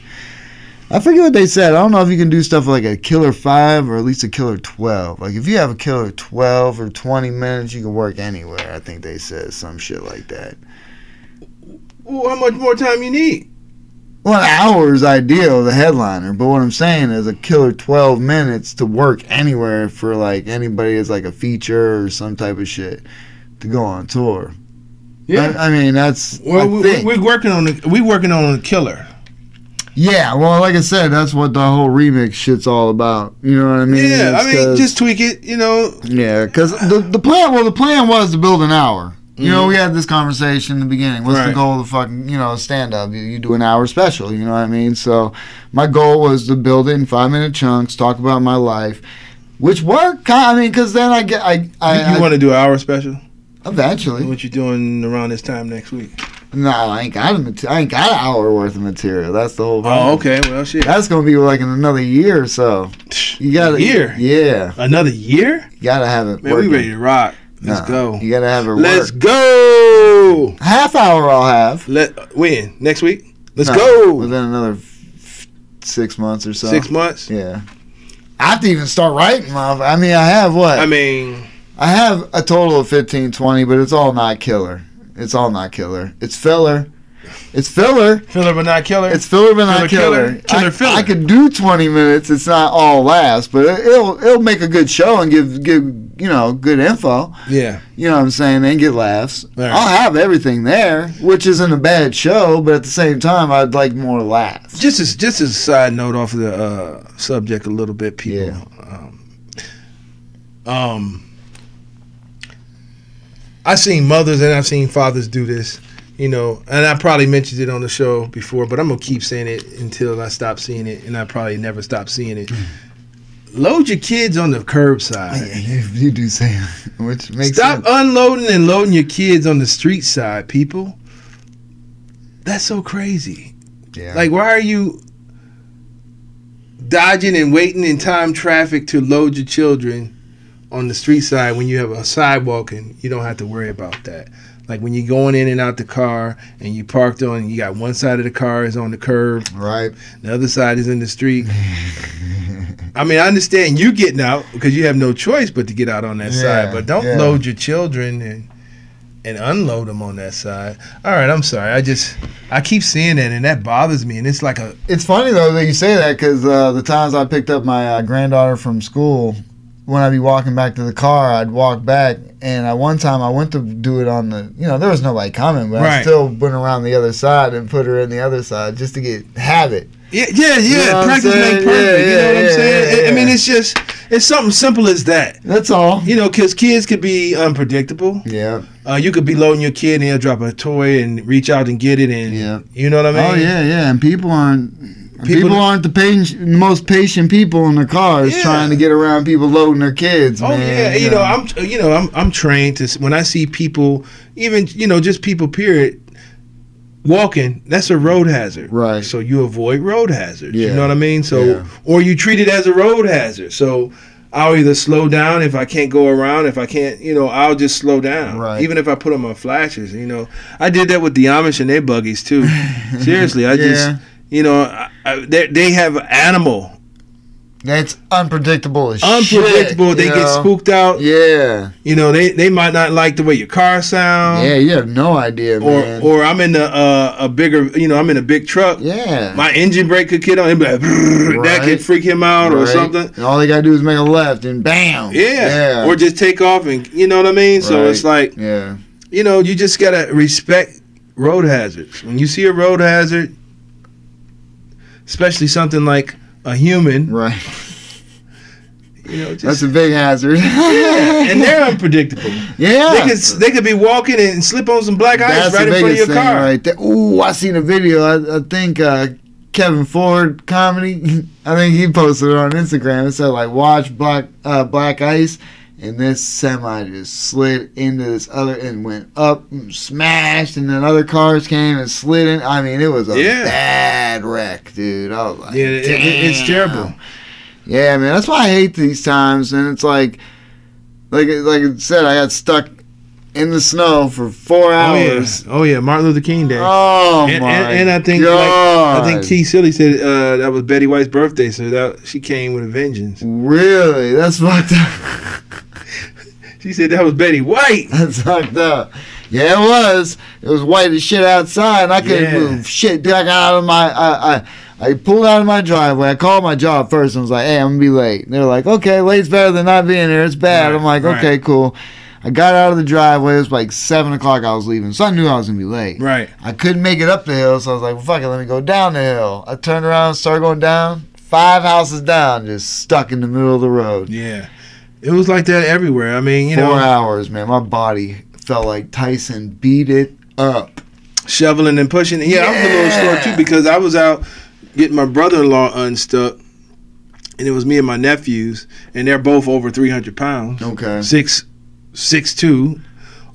Speaker 2: I forget what they said. I don't know if you can do stuff like a killer five or at least a killer twelve. Like if you have a killer twelve or twenty minutes, you can work anywhere. I think they said some shit like that.
Speaker 3: Ooh, how much more time you need?
Speaker 2: Well, an hour is ideal, the headliner. But what I'm saying is a killer 12 minutes to work anywhere for like anybody as like a feature or some type of shit to go on tour.
Speaker 3: Yeah.
Speaker 2: I, I mean that's. I
Speaker 3: well, we, we,
Speaker 2: think-
Speaker 3: we're working on the, we working on the killer.
Speaker 2: yeah. Well, like I said, that's what the whole remix shit's all about. You know what I mean?
Speaker 3: Yeah,
Speaker 2: It's
Speaker 3: I mean,
Speaker 2: 'cause-
Speaker 3: just tweak it. You know,
Speaker 2: Yeah, because the the plan. Well, the plan was to build an hour. You know, we had this conversation in the beginning. What's
Speaker 3: Mm-hmm. Right.
Speaker 2: the goal of the fucking you know stand up? You, you do an hour special. You know what I mean? So my goal was to build it in five minute chunks, talk about my life, which worked. ki- I mean, because then I get I I,
Speaker 3: you,
Speaker 2: I-
Speaker 3: want to do an hour special?
Speaker 2: eventually.
Speaker 3: What you doing around this time next week?
Speaker 2: No, I ain't got a mate- I ain't got an hour worth of material. That's the whole. problem.
Speaker 3: Oh, okay. Well, shit.
Speaker 2: That's gonna be like in another year or so. You gotta
Speaker 3: A year?
Speaker 2: Yeah,
Speaker 3: Another year?
Speaker 2: you gotta have it.
Speaker 3: Man,
Speaker 2: working.
Speaker 3: we ready to rock. Let's
Speaker 2: Nah,
Speaker 3: go.
Speaker 2: You gotta have it.
Speaker 3: Let's
Speaker 2: work.
Speaker 3: go.
Speaker 2: half hour. I'll have.
Speaker 3: Let when next week? Let's
Speaker 2: No,
Speaker 3: go.
Speaker 2: Within another f- six months or so.
Speaker 3: Six months.
Speaker 2: Yeah. I have to even start writing. My, I mean, I have what?
Speaker 3: I mean,
Speaker 2: I have a total of 15, 20, but it's all not killer. It's all not killer. It's filler. It's filler.
Speaker 3: filler but not killer.
Speaker 2: It's filler, but not
Speaker 3: Killer,
Speaker 2: killer.
Speaker 3: killer. Killer
Speaker 2: I,
Speaker 3: filler.
Speaker 2: I could do 20 minutes. It's not all last, but it- it'll it'll make a good show and give give you know good info.
Speaker 3: yeah.
Speaker 2: You know what I'm saying? And get laughs.
Speaker 3: Right.
Speaker 2: I'll have everything there, which isn't a bad show, but at the same time, I'd like more laughs.
Speaker 3: Just as just as a side note off of the uh, subject a little bit, people.
Speaker 2: Yeah.
Speaker 3: Um, um, I've seen mothers and I've seen fathers do this, you know, and I probably mentioned it on the show before, but I'm gonna keep saying it until I stop seeing it, and I probably never stop seeing it. Load your kids on the curbside.
Speaker 2: Hmm. Yeah, you, you do say, that, which makes
Speaker 3: Stop
Speaker 2: sense.
Speaker 3: unloading and loading your kids on the street side, people. That's so crazy.
Speaker 2: Yeah.
Speaker 3: Like, why are you dodging and waiting in time traffic to load your children on the street side when you have a sidewalk and you don't have to worry about that? Like when you're going in and out the car and you parked on, you got one side of the car is on the curb,
Speaker 2: right?
Speaker 3: the other side is in the street. I mean, I understand you getting out because you have no choice but to get out on that
Speaker 2: Yeah,
Speaker 3: side, but don't
Speaker 2: yeah.
Speaker 3: load your children and and unload them on that side. All right, I'm sorry. I just I keep seeing that and that bothers me, and it's like a
Speaker 2: It's funny though that you say that because uh, the times I picked up my uh, granddaughter from school, when I'd be walking back to the car, I'd walk back, and I one time I went to do it on the, you know, there was nobody coming, but
Speaker 3: Right.
Speaker 2: I still went around the other side and put her in the other side just to get have it.
Speaker 3: yeah yeah
Speaker 2: know
Speaker 3: yeah
Speaker 2: what I'm
Speaker 3: practice
Speaker 2: saying?
Speaker 3: make
Speaker 2: Yeah,
Speaker 3: perfect. you know
Speaker 2: yeah,
Speaker 3: what I'm
Speaker 2: yeah,
Speaker 3: saying?
Speaker 2: yeah,
Speaker 3: I- I mean,
Speaker 2: yeah.
Speaker 3: it's just it's something simple as that.
Speaker 2: That's all.
Speaker 3: You know, because kids could be unpredictable.
Speaker 2: Yeah.
Speaker 3: Uh, you could be loading your kid and he'll drop a toy and reach out and get it, and
Speaker 2: Yeah.
Speaker 3: you know what I mean?
Speaker 2: oh yeah, yeah. And people aren't.
Speaker 3: People-
Speaker 2: People, aren't the patient, most patient people in their cars
Speaker 3: Yeah.
Speaker 2: trying to get around people loading their kids.
Speaker 3: Oh
Speaker 2: man,
Speaker 3: yeah, you know I'm you know I'm I'm trained to s- when I see people, even you know just people period, walking. That's a road hazard,
Speaker 2: Right.
Speaker 3: So you avoid road hazards. You
Speaker 2: Yeah.
Speaker 3: know what I mean? So
Speaker 2: Yeah.
Speaker 3: or you treat it as a road hazard. So I'll either slow down if I can't go around. If I can't, you know, I'll just slow down.
Speaker 2: Right.
Speaker 3: Even if I put on my flashers, you know, I did that with the Amish and their buggies too. Seriously, I
Speaker 2: Yeah.
Speaker 3: just you know I, I, they they have an animal
Speaker 2: That's unpredictable as shit,
Speaker 3: unpredictable. they
Speaker 2: you
Speaker 3: get
Speaker 2: know?
Speaker 3: spooked out.
Speaker 2: Yeah.
Speaker 3: You know, they, they might not like the way your car sounds.
Speaker 2: yeah, you have no idea,
Speaker 3: Um, Or
Speaker 2: man.
Speaker 3: or I'm in a uh, a bigger you know I'm in a big truck.
Speaker 2: yeah.
Speaker 3: My engine brake could get on him, like, "Brrr," that
Speaker 2: Right.
Speaker 3: could freak him out or
Speaker 2: Right?
Speaker 3: something.
Speaker 2: And all they gotta do is make a left and bam.
Speaker 3: Yeah.
Speaker 2: Yeah.
Speaker 3: or just take off and you know what I mean. So it's
Speaker 2: Right.
Speaker 3: like
Speaker 2: yeah.
Speaker 3: you know you just gotta respect road hazards. When you see a road hazard, especially something like a human
Speaker 2: Right.
Speaker 3: You know, just
Speaker 2: That's a big hazard.
Speaker 3: yeah. and they're unpredictable. They
Speaker 2: yeah.
Speaker 3: could they could be walking and slip on some black ice
Speaker 2: That's
Speaker 3: right
Speaker 2: the
Speaker 3: in front of
Speaker 2: biggest
Speaker 3: your
Speaker 2: thing
Speaker 3: car.
Speaker 2: right there. Ooh, I seen a video. I, I think uh, Kevin Ford comedy. I think he posted it on Instagram. It said like watch black uh, black ice, and this semi just slid into this other and went up and smashed, and then other cars came and slid in. I mean, it was a
Speaker 3: Yeah.
Speaker 2: bad wreck, dude. I was like,
Speaker 3: Yeah, it- it- it's
Speaker 2: damn.
Speaker 3: terrible.
Speaker 2: Yeah, man, that's why I hate these times. And it's like, like, like I said, I got stuck in the snow for four
Speaker 3: Oh yeah,
Speaker 2: hours.
Speaker 3: oh yeah, Martin Luther King Day.
Speaker 2: Oh,
Speaker 3: and,
Speaker 2: my
Speaker 3: and, and I think like,
Speaker 2: God.
Speaker 3: I think Keith Silly said uh, that was Betty White's birthday, so that she came with a vengeance.
Speaker 2: really, that's fucked up.
Speaker 3: She said that was Betty White.
Speaker 2: that's fucked up. Yeah, it was. It was white as shit outside, and I couldn't
Speaker 3: Yeah.
Speaker 2: move shit. Dude, I got out of my, I, I, I pulled out of my driveway. I called my job first and was like, "Hey, I'm gonna be late." And they're like, "Okay, late's better than not being here. It's bad."
Speaker 3: Right,
Speaker 2: I'm like,
Speaker 3: right.
Speaker 2: "Okay, cool." I got out of the driveway. It was like seven o'clock. I was leaving, so I knew I was gonna be late.
Speaker 3: Right.
Speaker 2: I couldn't make it up the hill, so I was like, well, fuck it, let me go down the hill. I turned around, started going down, five houses down, just stuck in the middle of the road.
Speaker 3: Yeah. It was like that everywhere. I mean, you know,
Speaker 2: Four hours, man. My body felt like Tyson beat it up.
Speaker 3: shoveling and pushing. Yeah, I was a little
Speaker 2: Yeah.
Speaker 3: short too because I was out getting my brother-in-law unstuck, and it was me and my nephews, and they're both over three hundred pounds.
Speaker 2: Okay.
Speaker 3: six six two,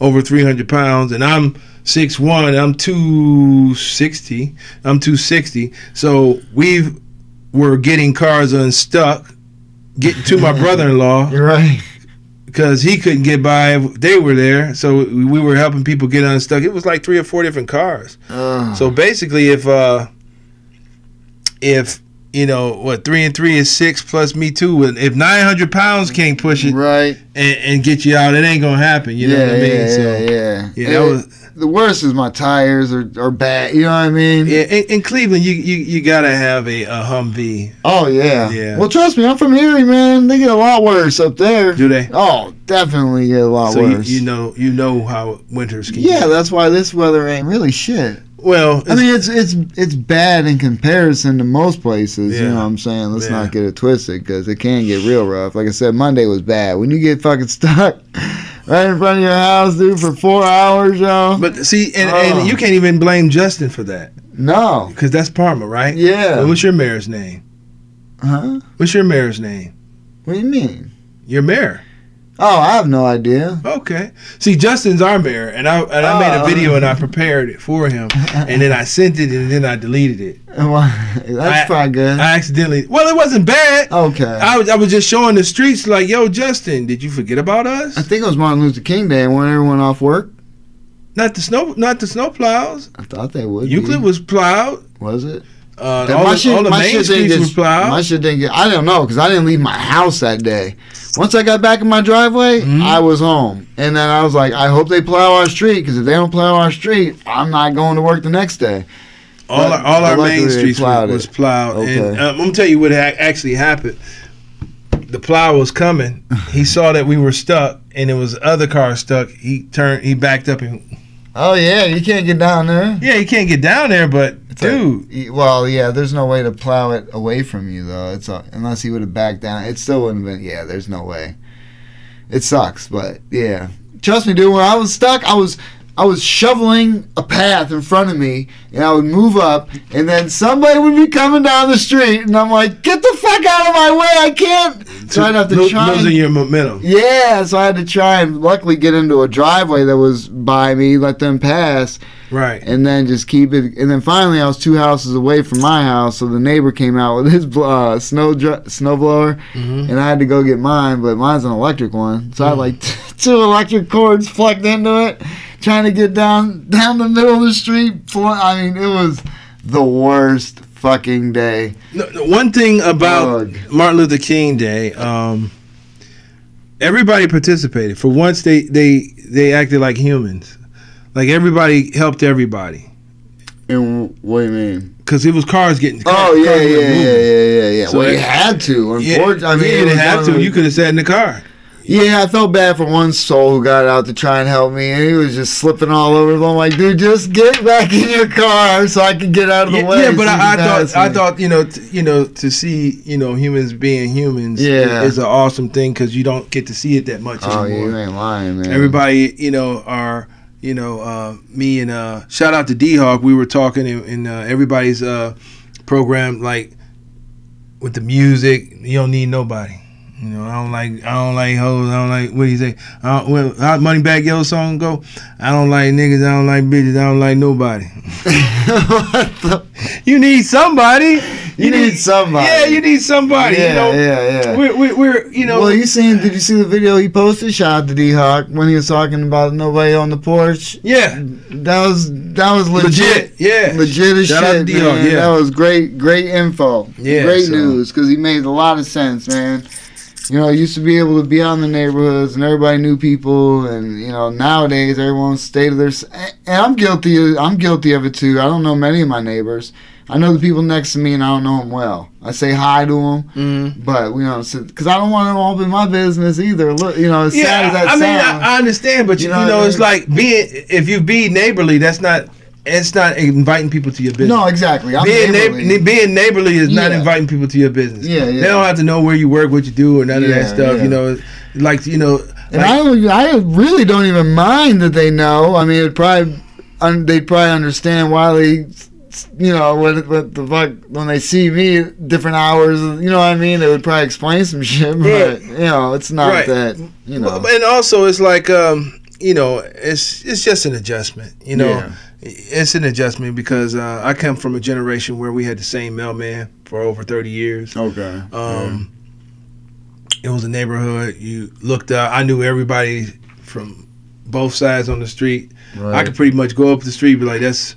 Speaker 3: over three hundred pounds, and I'm six one. I'm two sixty. I'm two sixty. So we were getting cars unstuck, getting to my brother in law
Speaker 2: You're right.
Speaker 3: because he couldn't get by. They were there, so we were helping people get unstuck. It was like three or four different cars.
Speaker 2: Ugh.
Speaker 3: So basically, if uh, if you know what three and three is six plus me too, and if nine hundred pounds can't push it,
Speaker 2: right.
Speaker 3: and, and get you out. It ain't gonna happen. You know
Speaker 2: yeah,
Speaker 3: what I mean?
Speaker 2: yeah,
Speaker 3: so
Speaker 2: yeah, yeah.
Speaker 3: yeah, that
Speaker 2: It-
Speaker 3: was
Speaker 2: the worst is my tires are, are bad. You know what I mean?
Speaker 3: yeah. In, in Cleveland, you, you you gotta have a, a Humvee.
Speaker 2: Oh yeah.
Speaker 3: Yeah.
Speaker 2: Well, trust me, I'm from Erie, man. They get a lot worse up there.
Speaker 3: Do they?
Speaker 2: Oh, definitely get a lot
Speaker 3: so you,
Speaker 2: worse.
Speaker 3: you know you know how winters can.
Speaker 2: yeah,
Speaker 3: Be.
Speaker 2: that's why this weather ain't really shit.
Speaker 3: Well,
Speaker 2: I mean, it's it's it's bad in comparison to most places. You
Speaker 3: Yeah.
Speaker 2: know what I'm saying? Let's
Speaker 3: Yeah.
Speaker 2: not get it twisted because it can get real rough. Like I said, Monday was bad. When you get fucking stuck right in front of your house, dude, for four hours, yo.
Speaker 3: but see, and,
Speaker 2: Oh.
Speaker 3: and you can't even blame Justin for that
Speaker 2: no.
Speaker 3: because that's Parma, right?
Speaker 2: Yeah.
Speaker 3: And what's your mayor's name?
Speaker 2: Huh?
Speaker 3: What's your mayor's name?
Speaker 2: What do you mean?
Speaker 3: Your mayor.
Speaker 2: Oh, I have no idea.
Speaker 3: Okay. See, Justin's our mayor, and I and I made
Speaker 2: Oh.
Speaker 3: a video and I prepared it for him, and then I sent it and then I deleted it.
Speaker 2: That's
Speaker 3: I-
Speaker 2: probably good.
Speaker 3: I accidentally. Well, it wasn't bad.
Speaker 2: okay.
Speaker 3: I was, I was just showing the streets like, yo, Justin, did you forget about
Speaker 2: I
Speaker 3: us?
Speaker 2: think it was Martin Luther King Day and when everyone off work.
Speaker 3: Not the snow, not the snow plows.
Speaker 2: I thought they would. be.
Speaker 3: Euclid was plowed.
Speaker 2: Was it?
Speaker 3: Uh,
Speaker 2: That
Speaker 3: all,
Speaker 2: my
Speaker 3: the,
Speaker 2: shit,
Speaker 3: all the
Speaker 2: my
Speaker 3: main
Speaker 2: shit didn't
Speaker 3: streets
Speaker 2: get-
Speaker 3: were plowed.
Speaker 2: My shit didn't get. I don't know because I didn't leave my house that day. Once I got back in my driveway,
Speaker 3: Mhm.
Speaker 2: I was home, and then I was like, I hope they plow our street because if they don't plow our street, I'm not going to work the next day.
Speaker 3: all our, all
Speaker 2: I like
Speaker 3: our
Speaker 2: the way
Speaker 3: main
Speaker 2: they
Speaker 3: streets were,
Speaker 2: plowed it.
Speaker 3: was plowed. And
Speaker 2: Okay.
Speaker 3: um, I'm gonna tell you what ha- actually happened. The plow was coming. He saw that we were stuck, and it was other cars stuck. He turned, he backed up, and
Speaker 2: Oh yeah, you can't get down there,
Speaker 3: yeah, you can't get down there. But
Speaker 2: like-
Speaker 3: dude,
Speaker 2: Y- Well, yeah, there's no way to plow it away from you though. It's uh, unless he would have backed down, it still wouldn't have been. Yeah, there's no way. It sucks, but yeah, trust me, dude. When I was stuck, I was I was shoveling a path in front of me, and I would move up, and then somebody would be coming down the street, and I'm like, "Get the fuck out of my way! I can't." So I'd have to
Speaker 3: lo-
Speaker 2: try. and-
Speaker 3: losing your momentum.
Speaker 2: yeah, so I had to try and luckily get into a driveway that was by me, let them pass,
Speaker 3: Right.
Speaker 2: and then just keep it. And then finally, I was two houses away from my house, so the neighbor came out with his bl- uh, snow dr- snow blower,
Speaker 3: Mhm.
Speaker 2: and I had to go get mine, but mine's an electric one, so I had like two electric cords plugged into it, trying to get down down the middle of the street. Fl- I mean, it was the worst fucking day.
Speaker 3: No, no, one thing about
Speaker 2: Ugh.
Speaker 3: Martin Luther King Day, um, everybody participated. For once, they they they acted like humans. Like everybody helped everybody
Speaker 2: And wh- what do you mean?
Speaker 3: because it was cars getting.
Speaker 2: Oh yeah,
Speaker 3: cars were
Speaker 2: yeah, yeah,
Speaker 3: moving.
Speaker 2: yeah, yeah, yeah.
Speaker 3: So
Speaker 2: well, you
Speaker 3: it-
Speaker 2: had to.
Speaker 3: Yeah,
Speaker 2: Unfortunately, I mean,
Speaker 3: yeah,
Speaker 2: it
Speaker 3: they
Speaker 2: was
Speaker 3: had
Speaker 2: one of
Speaker 3: to.
Speaker 2: the-
Speaker 3: You could have sat in the car.
Speaker 2: Yeah, I felt bad for one soul who got out to try and help me, and he was just slipping all over. I'm like, dude, just get back in your car so I can get out of the
Speaker 3: Yeah,
Speaker 2: way.
Speaker 3: yeah,
Speaker 2: so
Speaker 3: but
Speaker 2: you
Speaker 3: I, I
Speaker 2: can
Speaker 3: thought
Speaker 2: pass
Speaker 3: I
Speaker 2: me."
Speaker 3: thought you know t- you know to see you know humans being humans
Speaker 2: Yeah.
Speaker 3: is an awesome thing because you don't get to see it that much
Speaker 2: Oh,
Speaker 3: anymore.
Speaker 2: you ain't lying, man.
Speaker 3: Everybody you know are you know uh, me and uh, shout out to D Hawk. We were talking and, and uh, everybody's uh, program like with the music. You don't need nobody. You know, I don't like I don't like hoes. I don't like what do you say? Uh, I don't, well, how money back yo song go? I don't like niggas. I don't like bitches. I don't like nobody.
Speaker 2: what the?
Speaker 3: You need somebody.
Speaker 2: You, need, somebody.
Speaker 3: Yeah, you need somebody.
Speaker 2: Yeah,
Speaker 3: you know,
Speaker 2: yeah, yeah.
Speaker 3: We're, we're, we're you know.
Speaker 2: well, you seen? Did you see the video he posted? Shout out to D Hawk when he was talking about nobody on the porch.
Speaker 3: yeah,
Speaker 2: That was that was legit.
Speaker 3: legit. Yeah,
Speaker 2: Legit as
Speaker 3: Shout out to
Speaker 2: shit,
Speaker 3: D-Hawk,
Speaker 2: man.
Speaker 3: yeah.
Speaker 2: That was great, great info.
Speaker 3: Yeah,
Speaker 2: great
Speaker 3: so-
Speaker 2: news because he made a lot of sense, man. You know, I used to be able to be out in the neighborhoods and everybody knew people, and you know, nowadays everyone's state of their. s- And I'm guilty. of- I'm guilty of it too. I don't know many of my neighbors. I know the people next to me, and I don't know them well. I say hi to them,
Speaker 3: Mhm.
Speaker 2: but we don't sit because I don't want to open my business either. Look, you know, as
Speaker 3: yeah.
Speaker 2: sad as that
Speaker 3: I mean,
Speaker 2: sounds.
Speaker 3: I, I understand, but you,
Speaker 2: You
Speaker 3: you
Speaker 2: know
Speaker 3: know,
Speaker 2: what I
Speaker 3: it's
Speaker 2: mean?
Speaker 3: like being if you be neighborly, that's not it's not inviting people to your business.
Speaker 2: no, exactly. I'm
Speaker 3: being
Speaker 2: neighborly.
Speaker 3: neighborly, being neighborly is not
Speaker 2: Yeah.
Speaker 3: inviting people to your business.
Speaker 2: Yeah, yeah.
Speaker 3: They don't have to know where you work, what you do, or none of
Speaker 2: Yeah,
Speaker 3: that stuff.
Speaker 2: yeah.
Speaker 3: You know, like you know,
Speaker 2: And
Speaker 3: like-
Speaker 2: I don't, I really don't even mind that they know. I mean, it probably un, they probably understand why they, you know, what what the fuck when they see me at different hours. You know what I mean? They would probably explain some shit, but
Speaker 3: Right.
Speaker 2: you know, it's not
Speaker 3: Right.
Speaker 2: that. You know,
Speaker 3: Well, and also it's like um, you know, it's it's just an adjustment. You know,
Speaker 2: Yeah.
Speaker 3: it's an adjustment because uh, I come from a generation where we had the same mailman for over thirty years.
Speaker 2: okay.
Speaker 3: Um, It was a neighborhood. You looked up. I knew everybody from both sides on the street. I could pretty much go up the street, be like, "That's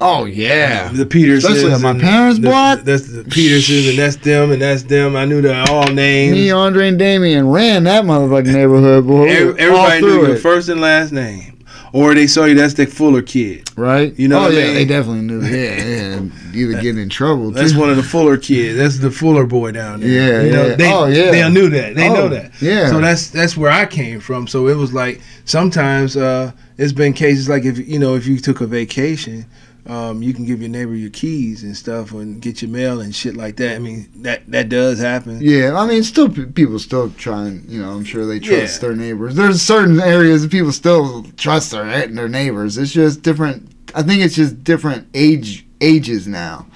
Speaker 2: oh yeah.
Speaker 3: the Petersons."
Speaker 2: Especially on my
Speaker 3: and
Speaker 2: parents'
Speaker 3: the-
Speaker 2: block.
Speaker 3: That's the Petersons, and that's them, and that's them. I knew the all names.
Speaker 2: Me, Andre, and Damien ran that motherfucking neighborhood, boy. We were
Speaker 3: Every-
Speaker 2: all
Speaker 3: everybody knew
Speaker 2: through
Speaker 3: your
Speaker 2: it,
Speaker 3: first and last name, or they saw you. That's the Fuller kid.
Speaker 2: right?
Speaker 3: you know
Speaker 2: Oh
Speaker 3: what I
Speaker 2: yeah,
Speaker 3: mean?
Speaker 2: they definitely knew. Yeah, yeah. Either getting in trouble.
Speaker 3: That's
Speaker 2: too.
Speaker 3: one of the Fuller kids. That's the Fuller boy down there.
Speaker 2: Yeah,
Speaker 3: you know,
Speaker 2: yeah.
Speaker 3: They,
Speaker 2: Oh, yeah.
Speaker 3: They knew that. They
Speaker 2: Oh,
Speaker 3: know that.
Speaker 2: yeah.
Speaker 3: So that's that's where I came from. So it was like sometimes uh, it's been cases like if you know if you took a vacation. Um, you can give your neighbor your keys and stuff, and get your mail and shit like that. I mean, that that does happen.
Speaker 2: Yeah, I mean, still pe- people still try and you know, I'm sure they trust
Speaker 3: Yeah.
Speaker 2: their neighbors. There's certain areas that people still trust their eh, their neighbors. It's just different. I think it's just different age ages now.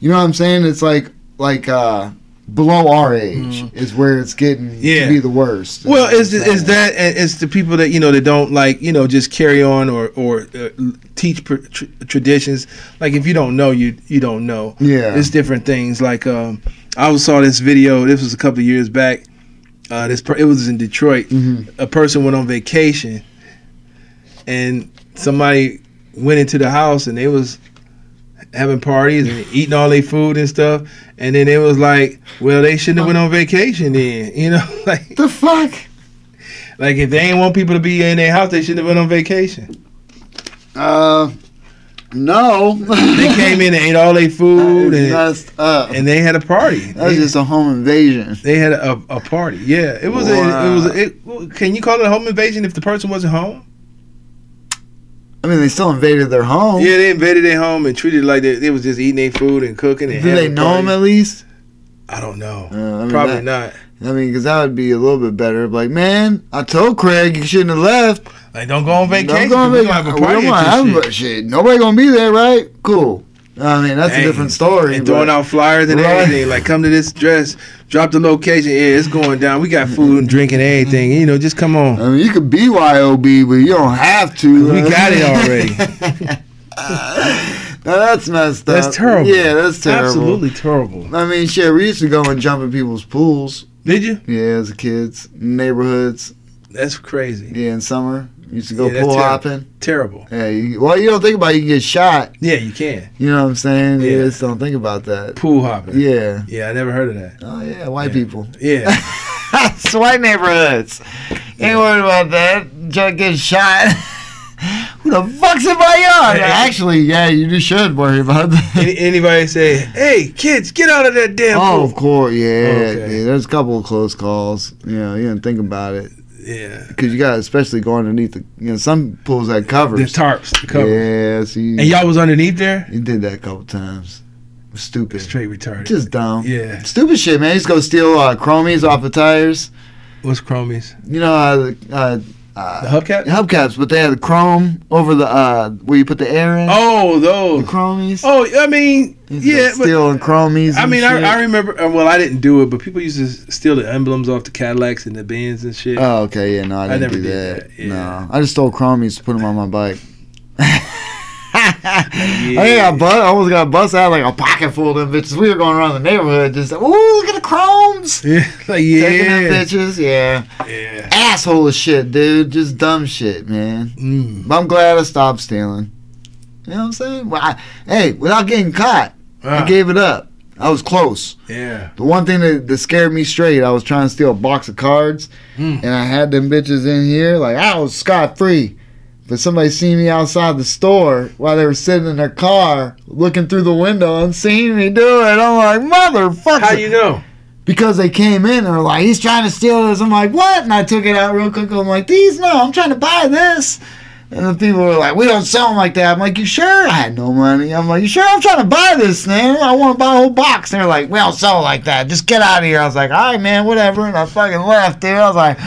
Speaker 2: You know what I'm saying? It's like like uh below our age is where it's getting
Speaker 3: Mm. Yeah.
Speaker 2: to be the worst.
Speaker 3: Well, it's it's
Speaker 2: Sad.
Speaker 3: that and it's the people that you know that don't like you know just carry on or or uh, l- teach pr- tr- traditions. Like if you don't know, you you don't know.
Speaker 2: Yeah.
Speaker 3: it's different things. Like um, I was- saw this video. This was a couple of years back. Uh, this per- it was in Detroit.
Speaker 2: Mm-hmm.
Speaker 3: A person went on vacation, and somebody went into the house and they was having parties and eating all their food and stuff. And then it was like, well, they shouldn't have went on vacation then. You know, like.
Speaker 2: the fuck.
Speaker 3: Like if they ain't want people to be in their house, they shouldn't have went on vacation.
Speaker 2: Uh, no,
Speaker 3: They came in and ate all their food and,
Speaker 2: messed up.
Speaker 3: and they had a party.
Speaker 2: That's
Speaker 3: They,
Speaker 2: just a home invasion.
Speaker 3: they had a, a party. Yeah, it was a, it was a, it, well, can you call it a home invasion if the person wasn't home?
Speaker 2: I mean, they still invaded their home.
Speaker 3: Yeah, they invaded their home and treated it like they, they was just eating their food and cooking and
Speaker 2: Did they
Speaker 3: having
Speaker 2: know
Speaker 3: parties.
Speaker 2: him at least?
Speaker 3: I don't know.
Speaker 2: Uh, I mean,
Speaker 3: Probably
Speaker 2: that-
Speaker 3: not.
Speaker 2: I mean, because that would be a little bit better. Like, man, I told Craig you shouldn't have left.
Speaker 3: Like don't go on vacation.
Speaker 2: I'm going
Speaker 3: we
Speaker 2: to
Speaker 3: gonna have a
Speaker 2: we
Speaker 3: party.
Speaker 2: don't wanna
Speaker 3: at
Speaker 2: have
Speaker 3: this
Speaker 2: a-
Speaker 3: shit.
Speaker 2: shit. Nobody gonna be there, right? Cool. I mean, that's
Speaker 3: Dang.
Speaker 2: a different story.
Speaker 3: And throwing
Speaker 2: but-
Speaker 3: out flyers and
Speaker 2: Right.
Speaker 3: everything. Like, come to this dress, drop the location. Yeah, it's going down. We got food and drink and everything. You know, just come on.
Speaker 2: I mean, you could BYOB, but you don't have to.
Speaker 3: We got it already.
Speaker 2: now, that's messed up.
Speaker 3: That's terrible.
Speaker 2: Yeah, that's terrible.
Speaker 3: Absolutely terrible.
Speaker 2: I mean, shit, we used to go and jump in people's pools.
Speaker 3: Did you?
Speaker 2: Yeah, as kids, neighborhoods.
Speaker 3: That's crazy.
Speaker 2: Yeah, in summer, we used to go
Speaker 3: Yeah, that's
Speaker 2: pool
Speaker 3: terrible.
Speaker 2: hopping.
Speaker 3: Terrible.
Speaker 2: Yeah, you, well, you don't think about it, you can get shot.
Speaker 3: Yeah, you can.
Speaker 2: You know what I'm saying?
Speaker 3: Yeah.
Speaker 2: You just don't think about that.
Speaker 3: Pool hopping.
Speaker 2: Yeah.
Speaker 3: Yeah, I never heard of that.
Speaker 2: Oh yeah, white
Speaker 3: Yeah.
Speaker 2: people.
Speaker 3: Yeah.
Speaker 2: That's white neighborhoods. Ain't worried about that. Joe gets shot. Who the fuck's in my yard?
Speaker 3: Hey.
Speaker 2: Actually, yeah, you just should worry about that.
Speaker 3: Any, anybody say, hey, kids, get out of that damn
Speaker 2: Oh,
Speaker 3: pool.
Speaker 2: of course, yeah,
Speaker 3: Okay.
Speaker 2: yeah. There's a couple of close calls. You know, you didn't think about it.
Speaker 3: yeah.
Speaker 2: because you gotta especially go underneath the. You know, some pools that
Speaker 3: The
Speaker 2: covers.
Speaker 3: tarps, the cover.
Speaker 2: Yeah, so you,
Speaker 3: And y'all was underneath there?
Speaker 2: you did that a couple times. Stupid.
Speaker 3: Straight retarded.
Speaker 2: Just dumb.
Speaker 3: yeah.
Speaker 2: Stupid shit, man. You just go steal uh, chromies off of tires.
Speaker 3: What's Chromies?
Speaker 2: You know, uh, uh,
Speaker 3: The
Speaker 2: uh,
Speaker 3: hubcap?
Speaker 2: hubcaps, but they had the chrome over the uh, where you put the air in.
Speaker 3: Oh,
Speaker 2: the
Speaker 3: those.
Speaker 2: chromies.
Speaker 3: Oh, I mean,
Speaker 2: You
Speaker 3: yeah,
Speaker 2: just
Speaker 3: but
Speaker 2: stealing chromies.
Speaker 3: I
Speaker 2: and
Speaker 3: mean,
Speaker 2: shit.
Speaker 3: I, I remember. uh, Well, I didn't do it, but people used to steal the emblems off the Cadillacs and the Benz and shit.
Speaker 2: Oh, okay. Yeah, no, I didn't
Speaker 3: never
Speaker 2: do
Speaker 3: did
Speaker 2: that.
Speaker 3: that, yeah.
Speaker 2: No, I just stole chromies to put them on my bike. I think
Speaker 3: Yeah.
Speaker 2: I, bu- I almost got bust out like a pocket full of them bitches. We were going around the neighborhood just, ooh, look at the chromes.
Speaker 3: yeah, like
Speaker 2: Taking them
Speaker 3: yeah,
Speaker 2: bitches, yeah.
Speaker 3: yeah.
Speaker 2: Asshole shit, dude. Just dumb shit, man.
Speaker 3: Mm,
Speaker 2: But I'm glad I stopped stealing. You know what I'm saying? Well, I, hey, without getting caught,
Speaker 3: Ah,
Speaker 2: I gave it up. I was close.
Speaker 3: yeah,
Speaker 2: The one thing that, that scared me straight, I was trying to steal a box of cards,
Speaker 3: Mm.
Speaker 2: and I had them bitches in here. Like I was scot free, but somebody seen me outside the store while they were sitting in their car, looking through the window and seeing me do it. I'm like, motherfucker!
Speaker 3: How you know?
Speaker 2: because they came in and were like, he's trying to steal this. I'm like, what? And I took it out real quick. I'm like, these? No, I'm trying to buy this. And the people were like, we don't sell them like that. I'm like, you sure? I had no money. I'm like, you sure? I'm trying to buy this, man. I want to buy a whole box. They're like, we don't sell like that. Just get out of here. I was like, all right, man, whatever. And I fucking left, dude. I was like,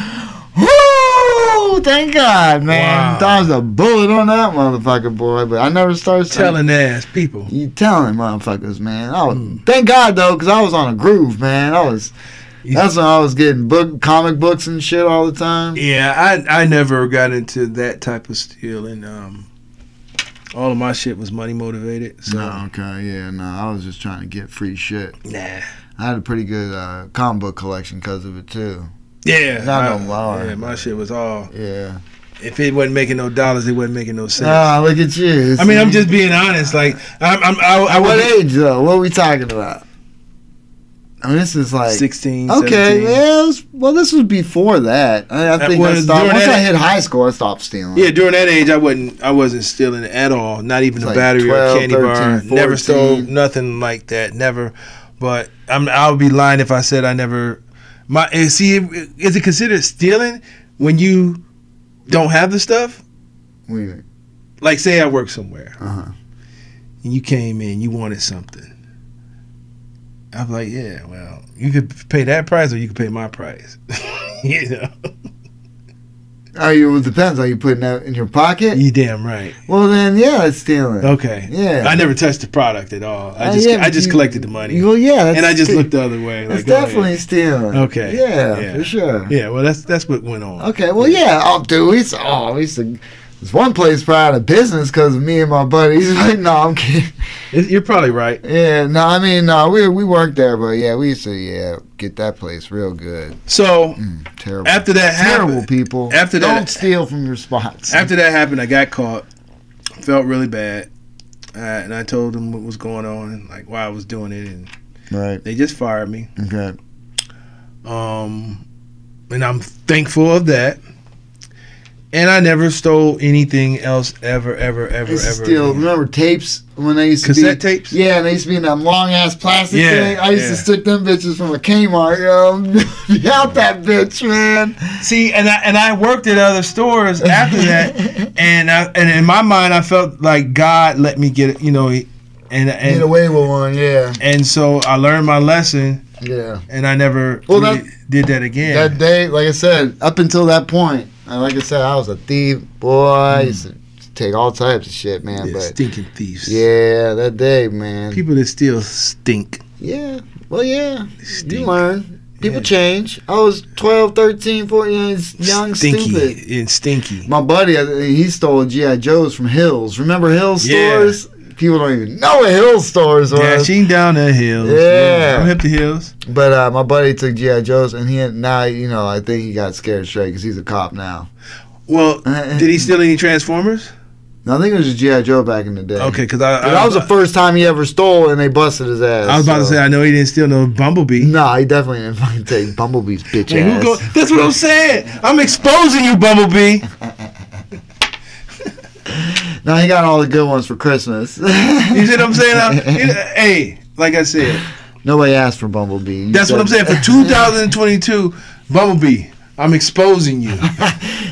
Speaker 2: whoo, thank God, man.
Speaker 3: Wow.
Speaker 2: That was a bullet on that motherfucker, boy. But I never started
Speaker 3: Telling ass people.
Speaker 2: you telling motherfuckers, man. I was,
Speaker 3: Hmm.
Speaker 2: Thank God though, because I was on a groove, man. I was.
Speaker 3: You-
Speaker 2: That's when I was getting book, comic books and shit all the time.
Speaker 3: Yeah, I I never got into that type of stealing. Um, all of my shit was money motivated. So
Speaker 2: No, okay, yeah, no. I was just trying to get free shit.
Speaker 3: nah.
Speaker 2: I had a pretty good uh, comic book collection because of it too.
Speaker 3: Yeah,
Speaker 2: Not
Speaker 3: I-
Speaker 2: no lie.
Speaker 3: Yeah, my shit was all.
Speaker 2: Yeah.
Speaker 3: If it wasn't making no dollars, it wasn't making no sense.
Speaker 2: Ah, look at you.
Speaker 3: I mean, I'm just being honest. Like, I'm, I'm I, I
Speaker 2: What
Speaker 3: wasn't-
Speaker 2: age though? What we talking about? I mean, this is like
Speaker 3: 16,
Speaker 2: okay,
Speaker 3: 17.
Speaker 2: yeah. it was- well, this was before that. I, I
Speaker 3: That
Speaker 2: think I
Speaker 3: was
Speaker 2: stopped
Speaker 3: during
Speaker 2: once
Speaker 3: that-
Speaker 2: I hit high school. I stopped stealing.
Speaker 3: Yeah, during that age, I wasn't I wasn't stealing at all. Not even
Speaker 2: It's
Speaker 3: a
Speaker 2: like
Speaker 3: battery
Speaker 2: 12,
Speaker 3: or a candy
Speaker 2: 13,
Speaker 3: bar. Never stole
Speaker 2: 14.
Speaker 3: nothing like that. Never. But I'm I would be lying if I said I never. My eh, see, is it considered stealing when you don't have the stuff?
Speaker 2: What do you think?
Speaker 3: Like, say I work somewhere
Speaker 2: Uh-huh.
Speaker 3: and you came in, you wanted something. I'm like, yeah, well, you could pay that price or you could pay my price. you know,
Speaker 2: Oh, you, it depends. Are you putting that in your pocket?
Speaker 3: you damn right.
Speaker 2: Well, then, yeah, it's stealing.
Speaker 3: Okay.
Speaker 2: Yeah.
Speaker 3: I never touched the product at all. I
Speaker 2: Uh,
Speaker 3: just
Speaker 2: yeah,
Speaker 3: I
Speaker 2: but
Speaker 3: just
Speaker 2: you-
Speaker 3: collected the money.
Speaker 2: Well, yeah.
Speaker 3: and I
Speaker 2: that's
Speaker 3: just
Speaker 2: sti-
Speaker 3: looked the other way.
Speaker 2: It's
Speaker 3: Like, go ahead.
Speaker 2: definitely stealing.
Speaker 3: Okay.
Speaker 2: Yeah,
Speaker 3: Yeah.
Speaker 2: for sure.
Speaker 3: Yeah, well, that's that's what went on.
Speaker 2: Okay. Well, yeah. Oh, dude, we used to, oh, we used to, there's one place probably out of business because of me and my buddies. Like, no, I'm kidding.
Speaker 3: It- You're probably right.
Speaker 2: Yeah, no, I mean, no, we we worked there, but yeah, we used to, yeah, get that place real good.
Speaker 3: So
Speaker 2: Mm, terrible.
Speaker 3: after that
Speaker 2: terrible
Speaker 3: happened,
Speaker 2: people.
Speaker 3: after that-
Speaker 2: don't steal from your spots.
Speaker 3: after that happened, I got caught. Felt really bad, uh, and I told them what was going on and like why I was doing it, and
Speaker 2: right.
Speaker 3: they just fired me.
Speaker 2: Okay.
Speaker 3: Um, and I'm thankful of that. And I never stole anything else ever, ever, ever,
Speaker 2: It's
Speaker 3: ever.
Speaker 2: still
Speaker 3: again.
Speaker 2: remember tapes when they used to
Speaker 3: Cassette
Speaker 2: be,
Speaker 3: tapes?
Speaker 2: Yeah, and they used to be in that long ass plastic
Speaker 3: Yeah,
Speaker 2: thing. I used to
Speaker 3: yeah.
Speaker 2: stick them bitches from a Kmart, yo, Be out that bitch, man.
Speaker 3: See, and I and I worked at other stores after that, and I and in my mind I felt like God let me get it, you know, and
Speaker 2: Get
Speaker 3: and
Speaker 2: away with one, yeah,
Speaker 3: and so I learned my lesson,
Speaker 2: yeah.
Speaker 3: and I never
Speaker 2: Well,
Speaker 3: really did that again.
Speaker 2: That day, like I said, up until that point, and like I said, I was a thief, boy. I used to take all types of shit, man.
Speaker 3: Mm. Yeah,
Speaker 2: but
Speaker 3: stinking thieves.
Speaker 2: yeah, that day, man.
Speaker 3: people that still stink.
Speaker 2: yeah, well, yeah. You
Speaker 3: Stink.
Speaker 2: learn. People
Speaker 3: Yeah.
Speaker 2: change. I was 12, 13, 14, young,
Speaker 3: stinky
Speaker 2: stupid.
Speaker 3: and stinky.
Speaker 2: My buddy, I think he stole GI Joes from Hills. Remember Hills
Speaker 3: Yeah.
Speaker 2: stores? People don't even know what Hills stores were.
Speaker 3: Dashing down the hills.
Speaker 2: Yeah.
Speaker 3: I'm hip to hills.
Speaker 2: but uh, my buddy took GI Joes, and he had, now you know I think he got scared straight because he's a cop now.
Speaker 3: Well,
Speaker 2: Uh-uh.
Speaker 3: did he steal any Transformers?
Speaker 2: No, I think it was just GI Joe back in the day.
Speaker 3: Okay, because I,
Speaker 2: But that was the first time he ever stole, and they busted his ass.
Speaker 3: I was about to
Speaker 2: so-
Speaker 3: say I know he didn't steal no Bumblebee.
Speaker 2: Nah, he definitely didn't fucking take Bumblebee's bitch
Speaker 3: And
Speaker 2: ass.
Speaker 3: who go- that's what I'm saying. I'm exposing you, Bumblebee.
Speaker 2: no, he got all the good ones for Christmas.
Speaker 3: You see what I'm saying? I'm- you- hey, like I said,
Speaker 2: Nobody asked for Bumblebee. You
Speaker 3: that's what I'm
Speaker 2: said-
Speaker 3: saying. For 2022, Bumblebee, I'm exposing you.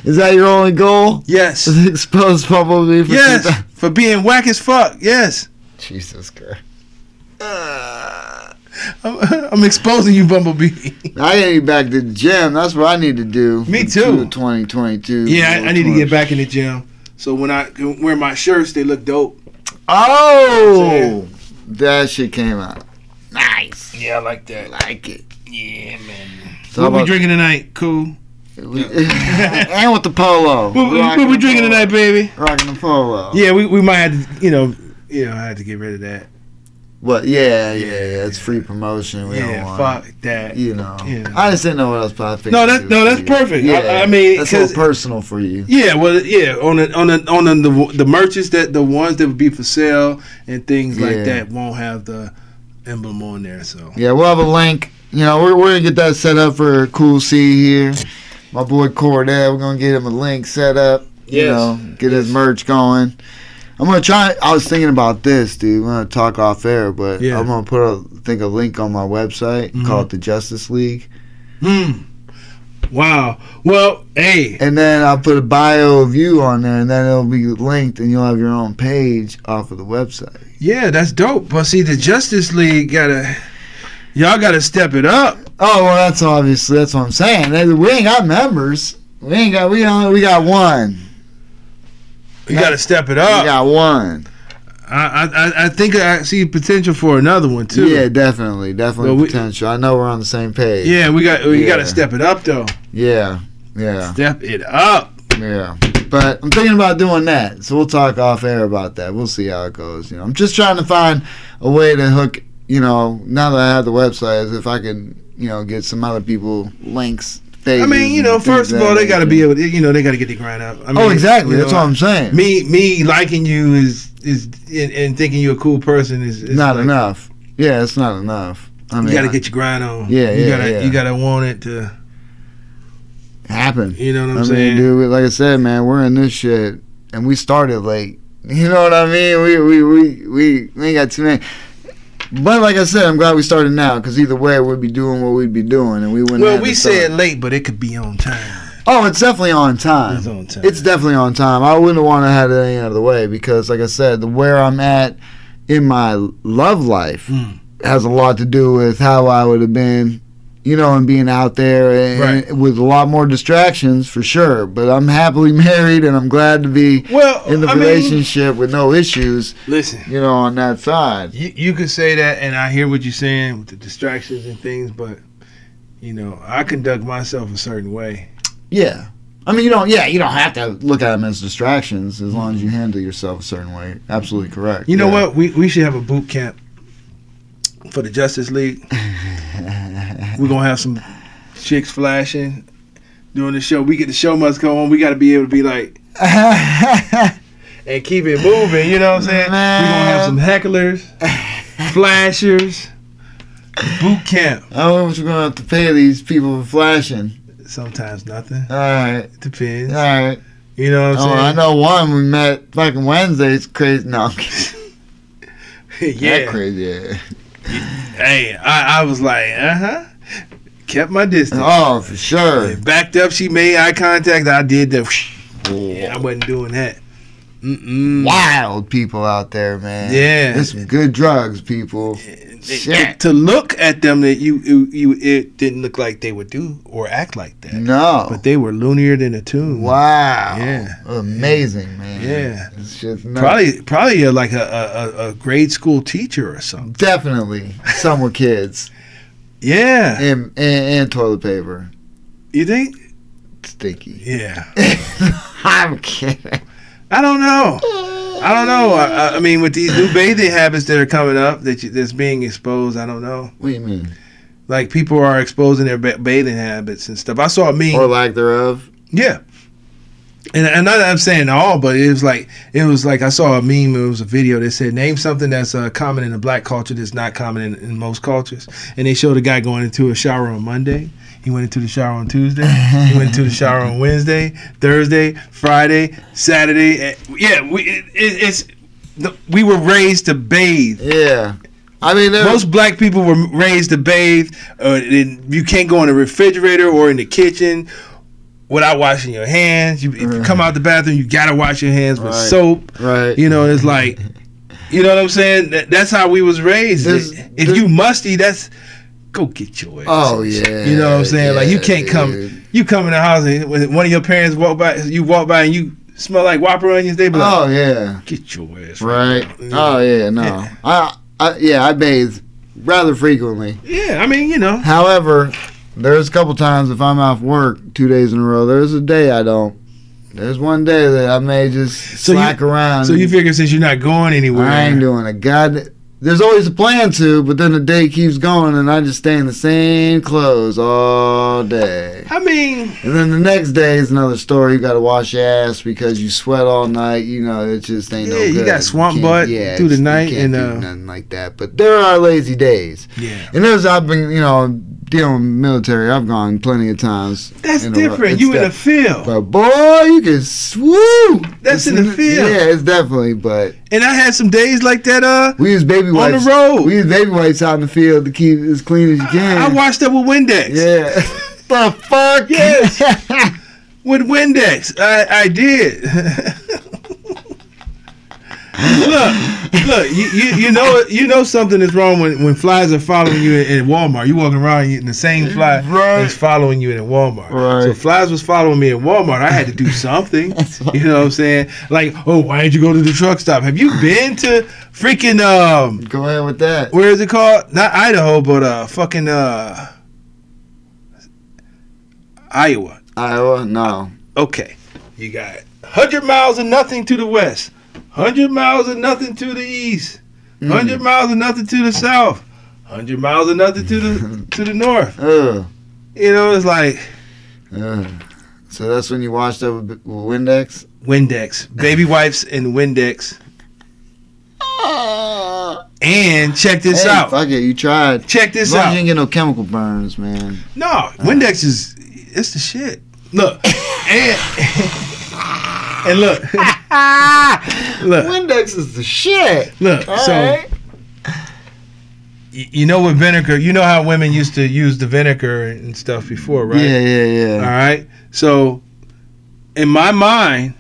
Speaker 2: Is that your only goal?
Speaker 3: Yes.
Speaker 2: Is expose probably for
Speaker 3: Yes.
Speaker 2: 2000
Speaker 3: For being whack as fuck. Yes.
Speaker 2: Jesus Christ.
Speaker 3: I'm, I'm exposing you, Bumblebee.
Speaker 2: I need to get back to the gym. That's what I need to do.
Speaker 3: Me
Speaker 2: for
Speaker 3: too.
Speaker 2: 2022.
Speaker 3: Yeah, I, I need to get back in the gym. So when I can wear my shirts, they look dope.
Speaker 2: Oh! That shit came out. Nice.
Speaker 3: Yeah, I like that.
Speaker 2: Like it.
Speaker 3: Yeah, man.
Speaker 2: So
Speaker 3: What we
Speaker 2: about-
Speaker 3: drinking tonight? Cool.
Speaker 2: we- and with the polo.
Speaker 3: What, what,
Speaker 2: Rocking
Speaker 3: we
Speaker 2: the
Speaker 3: drinking
Speaker 2: polo.
Speaker 3: tonight, baby?
Speaker 2: Rocking the polo.
Speaker 3: Yeah, we, we might have to, you know, you know, I had to get rid of that.
Speaker 2: What? Yeah, yeah, yeah. It's free promotion. We don't
Speaker 3: yeah,
Speaker 2: want.
Speaker 3: fuck that.
Speaker 2: You know.
Speaker 3: Yeah.
Speaker 2: I just didn't know what else popping.
Speaker 3: No, that's- no, that's perfect. I- I mean,
Speaker 2: that's so
Speaker 3: 'cause-
Speaker 2: personal for you.
Speaker 3: Yeah, well, yeah, on the, on the, on the, the the merchants that the ones that would be for sale and things
Speaker 2: Yeah.
Speaker 3: like that won't have the emblem on there. So
Speaker 2: Yeah, we'll have a link. You know, we're, we're gonna get that set up for Cool C here. My boy Cordell, we're gonna get him a link set up. You
Speaker 3: Yes.
Speaker 2: know, get his merch going. I'm gonna try. I was thinking about this, dude. I'm gonna talk off air, but
Speaker 3: Yeah.
Speaker 2: I'm gonna put a think a link on my website
Speaker 3: Mhm.
Speaker 2: called the Justice League,
Speaker 3: Hmm. Wow. Well, hey.
Speaker 2: and then I'll put a bio of you on there, and then it'll be linked, and you'll have your own page off of the website.
Speaker 3: Yeah, that's dope. But see, the Justice League gotta, y'all gotta step it up.
Speaker 2: Oh well, that's obviously that's what I'm saying. We ain't got members. We ain't got. We only we got one.
Speaker 3: You gotta step it
Speaker 2: we
Speaker 3: up.
Speaker 2: got one.
Speaker 3: I, I- I, I think I see potential for another one too.
Speaker 2: Yeah, definitely, definitely
Speaker 3: Well, we-
Speaker 2: potential. I know we're on the same page.
Speaker 3: Yeah, we got we
Speaker 2: Yeah.
Speaker 3: gotta step it up though.
Speaker 2: yeah, yeah,
Speaker 3: Step it up.
Speaker 2: yeah. But I'm thinking about doing that, so we'll talk off air about that. We'll see how it goes. You know, I'm just trying to find a way to hook. You know, now that I have the website, is if I can, you know, get some other people links.
Speaker 3: I
Speaker 2: Pages
Speaker 3: mean, you know,
Speaker 2: and things
Speaker 3: first of
Speaker 2: that
Speaker 3: all, they gotta be
Speaker 2: nature.
Speaker 3: able. To, you know, they gotta get the grind up. I mean,
Speaker 2: oh, exactly.
Speaker 3: you
Speaker 2: That's
Speaker 3: know,
Speaker 2: what I'm saying.
Speaker 3: Me me liking you is is and, and thinking you're a cool person is, is
Speaker 2: not
Speaker 3: like-
Speaker 2: enough. Yeah, it's not enough. I mean,
Speaker 3: You gotta get your grind on.
Speaker 2: Yeah,
Speaker 3: you
Speaker 2: yeah,
Speaker 3: gotta
Speaker 2: yeah.
Speaker 3: you gotta want it to.
Speaker 2: happen.
Speaker 3: You know what I'm
Speaker 2: I
Speaker 3: saying?
Speaker 2: mean, dude, like I said, man, we're in this shit, and we started late. You know what I mean? We we we we, we ain't got too many. But like I said, I'm glad we started now because either way, we'd be doing what we'd be doing, and we wouldn't.
Speaker 3: Well,
Speaker 2: have
Speaker 3: we
Speaker 2: to start.
Speaker 3: said late, but it could be on time.
Speaker 2: oh, it's definitely on time.
Speaker 3: It's on time.
Speaker 2: It's definitely on time. I wouldn't want to have it any other way because, like I said, the where I'm at in my love life
Speaker 3: Mm.
Speaker 2: has a lot to do with how I would have been, you know, and being out there and,
Speaker 3: Right.
Speaker 2: with a lot more distractions for sure. But I'm happily married and I'm glad to be
Speaker 3: well
Speaker 2: in the
Speaker 3: I mean,
Speaker 2: relationship with no issues,
Speaker 3: listen,
Speaker 2: you know, on that side.
Speaker 3: you, you could say that, and I hear what you're saying with the distractions and things, but you know, I conduct myself a certain way.
Speaker 2: Yeah. I mean, you don't. Yeah, you don't have to look at them as distractions as long as you handle yourself a certain way. Absolutely correct.
Speaker 3: You know
Speaker 2: Yeah.
Speaker 3: what? We we should have a boot camp for the Justice League. We're gonna have some chicks flashing during the show. We get the show must go on. We got to be able to be like and keep it moving. You know what I'm saying? We're gonna have some hecklers, flashers, boot camp.
Speaker 2: I don't know what you're gonna have to pay these people for flashing.
Speaker 3: Sometimes nothing.
Speaker 2: All right,
Speaker 3: It depends.
Speaker 2: all right.
Speaker 3: You know what I'm
Speaker 2: Oh,
Speaker 3: saying?
Speaker 2: I know one we met fucking Wednesday. It's crazy. No, I'm kidding.
Speaker 3: yeah.
Speaker 2: Not crazy. Yeah.
Speaker 3: Hey, I, I was like, uh huh. Kept my distance.
Speaker 2: Oh, for sure.
Speaker 3: Backed up. She made eye contact. I did that. Yeah, I wasn't doing that. Mm-mm.
Speaker 2: Wild people out there, man.
Speaker 3: Yeah.
Speaker 2: it's some good drugs, people.
Speaker 3: It- it-
Speaker 2: Shit.
Speaker 3: to look at them that you, you you it didn't look like they would do or act like that,
Speaker 2: No.
Speaker 3: but they were loonier than a tune.
Speaker 2: Wow.
Speaker 3: Yeah.
Speaker 2: Amazing, man.
Speaker 3: Yeah.
Speaker 2: It's just nuts.
Speaker 3: Probably probably uh, like a, a a- a grade school teacher or something.
Speaker 2: Definitely, some were kids
Speaker 3: Yeah.
Speaker 2: and, and and toilet paper
Speaker 3: You think?
Speaker 2: stinky.
Speaker 3: Yeah.
Speaker 2: I'm kidding.
Speaker 3: I don't know. I don't know. I, I- I mean, with these new bathing habits that are coming up, that you, that's being exposed, I don't know.
Speaker 2: What do you mean?
Speaker 3: Like people are exposing their ba- bathing habits and stuff. I saw a meme.
Speaker 2: Or lack thereof.
Speaker 3: Yeah. And, and not that I'm saying all, but it was like it was like I saw a meme. It was a video that said name something that's uh, common in the black culture that's not common in, in most cultures. And they showed a guy going into a shower on Monday. He went into the shower on Tuesday. he went into the shower on Wednesday, Thursday, Friday, Saturday. Eh, Yeah, we it, it, it's the, we were raised to bathe.
Speaker 2: Yeah. I mean, there
Speaker 3: Most black people were raised to bathe. Uh, and you can't go in the refrigerator or in the kitchen without washing your hands. You, if you
Speaker 2: Right.
Speaker 3: come out the bathroom, you gotta wash your hands with
Speaker 5: Right.
Speaker 3: soap.
Speaker 2: Right.
Speaker 3: You know, it's like, you know what I'm saying? That, that's how we was raised.
Speaker 2: There's-
Speaker 3: if
Speaker 2: there-
Speaker 3: you musty, that's go get your ass.
Speaker 2: Oh yeah.
Speaker 3: You know what I'm saying? like you
Speaker 2: yeah,
Speaker 3: can't come.
Speaker 2: dude.
Speaker 3: You come in the house and when one of your parents walk by, you walk by and you smell like Whopper onions. They be like,
Speaker 2: Oh yeah.
Speaker 3: get your ass.
Speaker 2: Right.
Speaker 3: Yeah.
Speaker 2: Oh yeah. No.
Speaker 3: Yeah.
Speaker 2: I, I yeah I bathe rather frequently.
Speaker 3: Yeah, I mean, you know.
Speaker 2: However, there's a couple times if I'm off work two days in a row. There's a day I don't. There's one day that I may just
Speaker 3: So you-
Speaker 2: slack around.
Speaker 3: So you figure since you're not going anywhere,
Speaker 2: I ain't doing a god. There's always a plan to, but then the day keeps going, and I just stay in the same clothes all day.
Speaker 3: I mean,
Speaker 2: And then the next day is another story. You got to wash your ass because you sweat all night. You know, it just ain't no
Speaker 3: Yeah,
Speaker 2: good.
Speaker 3: you got swamp
Speaker 2: can't-
Speaker 3: butt through the
Speaker 2: it's- you
Speaker 3: night
Speaker 2: can't
Speaker 3: and,
Speaker 2: do
Speaker 3: uh,
Speaker 2: nothing like that. But there are lazy days.
Speaker 3: yeah,
Speaker 2: And there's I've been you know dealing with military. I've gone plenty of times.
Speaker 3: that's
Speaker 2: in a row.
Speaker 3: different.
Speaker 2: It's
Speaker 3: You in the
Speaker 2: def-
Speaker 3: field,
Speaker 2: But boy, you can swoop.
Speaker 3: That's in the field.
Speaker 2: Yeah, it's definitely. But
Speaker 3: and I had some days like that. Uh,
Speaker 2: we use baby
Speaker 3: on
Speaker 2: wipes.
Speaker 3: the road,
Speaker 2: We use baby wipes out in the field to keep it as clean as you
Speaker 3: I
Speaker 2: can.
Speaker 3: washed up with Windex.
Speaker 2: yeah. the fuck.
Speaker 3: Yes. With Windex, I, I did. look, look, you, you you know you know something is wrong when, when flies are following you in, in Walmart. You walking around and you- and the same fly
Speaker 2: Right.
Speaker 3: is following you in Walmart.
Speaker 2: Right.
Speaker 3: So flies was following me in Walmart. I had to do something. you know what I'm saying? Like, oh, why did you go to the truck stop? Have you been to freaking um
Speaker 2: Go ahead with that.
Speaker 3: where is it called? Not Idaho, but uh fucking uh Iowa.
Speaker 2: Iowa, no.
Speaker 3: Okay, you got 100 miles and nothing to the west, 100 miles and nothing to the east,
Speaker 2: Mm.
Speaker 3: 100 miles and nothing to the south, 100 miles and nothing to the to the north.
Speaker 2: Ugh.
Speaker 3: You know, it's like
Speaker 2: Ugh. So that's when you washed up with with Windex.
Speaker 3: Windex, baby wipes and Windex. And check this
Speaker 2: hey,
Speaker 3: out.
Speaker 2: Fuck it, you tried.
Speaker 3: Check this
Speaker 2: As long as you
Speaker 3: out.
Speaker 2: didn't get no chemical burns, man. Uh.
Speaker 3: No, Windex is it's the shit. Look, and and look, look,
Speaker 2: Windex is the shit.
Speaker 3: look. so. Y- you know what vinegar you know how women used to use the vinegar and stuff before right
Speaker 2: Yeah, yeah, yeah.
Speaker 3: all right so in my mind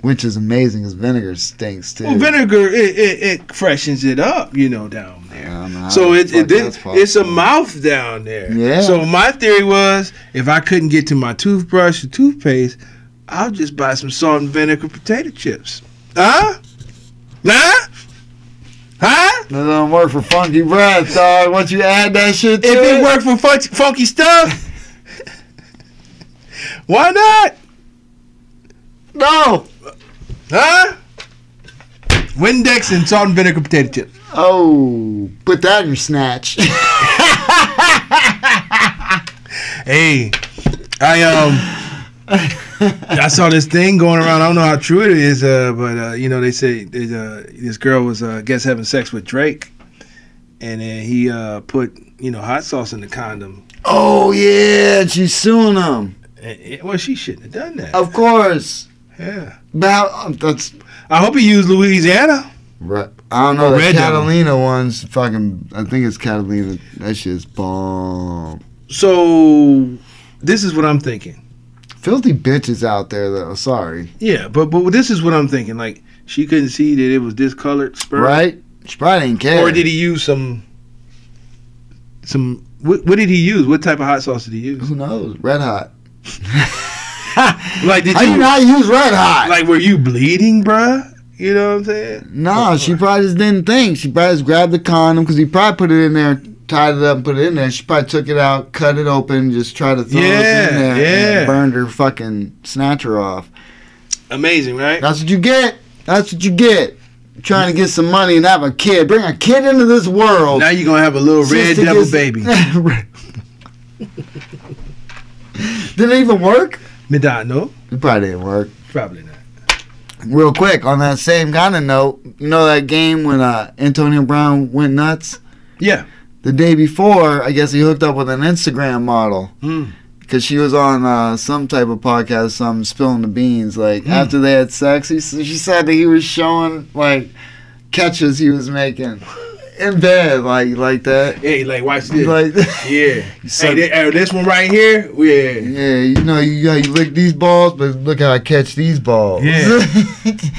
Speaker 2: Which is amazing because vinegar stinks too.
Speaker 3: well, Oh, vinegar it, it, it freshens it up you know down there
Speaker 2: I don't know how
Speaker 3: so
Speaker 2: the
Speaker 3: it,
Speaker 2: fuck
Speaker 3: it did,
Speaker 2: that's possible.
Speaker 3: it's a mouth down there
Speaker 2: Yeah.
Speaker 3: so my theory was if i couldn't get to my toothbrush or toothpaste i'll just buy some salt and vinegar potato chips huh huh huh
Speaker 2: That don't work for funky breath, dog. Once you add that shit to
Speaker 3: If
Speaker 2: it,
Speaker 3: it worked for fun- funky stuff, why not?
Speaker 2: no.
Speaker 3: Huh? Windex and salt and vinegar potato chips.
Speaker 2: Oh, put that in your snatch.
Speaker 3: Hey, I um, I saw this thing going around. I don't know how true it is, uh, but uh, you know they say there's, uh, this girl was uh, I guess having sex with Drake, and then he uh, put you know hot sauce in the condom.
Speaker 2: oh yeah, and she's suing him.
Speaker 3: And, and- well, she shouldn't have done that.
Speaker 2: Of course.
Speaker 3: Yeah,
Speaker 2: But how- that's
Speaker 3: I hope he used Louisiana.
Speaker 2: Right. I don't know. The
Speaker 3: Red Devil.
Speaker 2: Catalina one's fucking. I think it's Catalina. That shit's bomb.
Speaker 3: So this is what I'm thinking.
Speaker 2: Filthy bitches out there though. Sorry.
Speaker 3: Yeah, but but this is what I'm thinking. Like she couldn't see that it was discolored sperm,
Speaker 2: Right? She probably didn't care.
Speaker 3: Or did he use some some? What, what did he use? What type of hot sauce did he use?
Speaker 2: Who knows? Red hot.
Speaker 3: Like did
Speaker 2: I
Speaker 3: you?
Speaker 2: did not use red hot.
Speaker 3: like were you bleeding, bruh? You know what I'm saying?
Speaker 2: no, she probably just didn't think. She probably just grabbed the condom because he probably put it in there, tied it up, and put it in there. She probably took it out, cut it open, just tried to throw it in
Speaker 3: Yeah,
Speaker 2: there,
Speaker 3: yeah.
Speaker 2: and burned her fucking snatcher off.
Speaker 3: Amazing, right?
Speaker 2: That's what you get. That's what you get. Trying to get some money and have a kid. Bring a kid into this world.
Speaker 3: Now you're gonna have a little red
Speaker 2: Just to
Speaker 3: devil
Speaker 2: get-
Speaker 3: baby.
Speaker 2: Did it even work?
Speaker 3: Medano?
Speaker 2: It probably didn't work.
Speaker 3: Probably not.
Speaker 2: Real quick, on that same kind of note, you know that game when uh, Antonio Brown went nuts?
Speaker 3: Yeah.
Speaker 2: The day before, I guess he hooked up with an Instagram model.
Speaker 3: Mm.
Speaker 2: Because she was on uh, some type of podcast or something, spilling the beans. Like,
Speaker 3: Hmm.
Speaker 2: after they had sex, he, s- she said that he was showing, like, catches he was making. in bed like like that.
Speaker 3: Hey, like watch this.
Speaker 2: Like
Speaker 3: yeah.
Speaker 2: So-
Speaker 3: hey, thi- uh, this one right here. Yeah.
Speaker 2: yeah, you know you how you lick these balls, but look how I catch these balls.
Speaker 3: Yeah.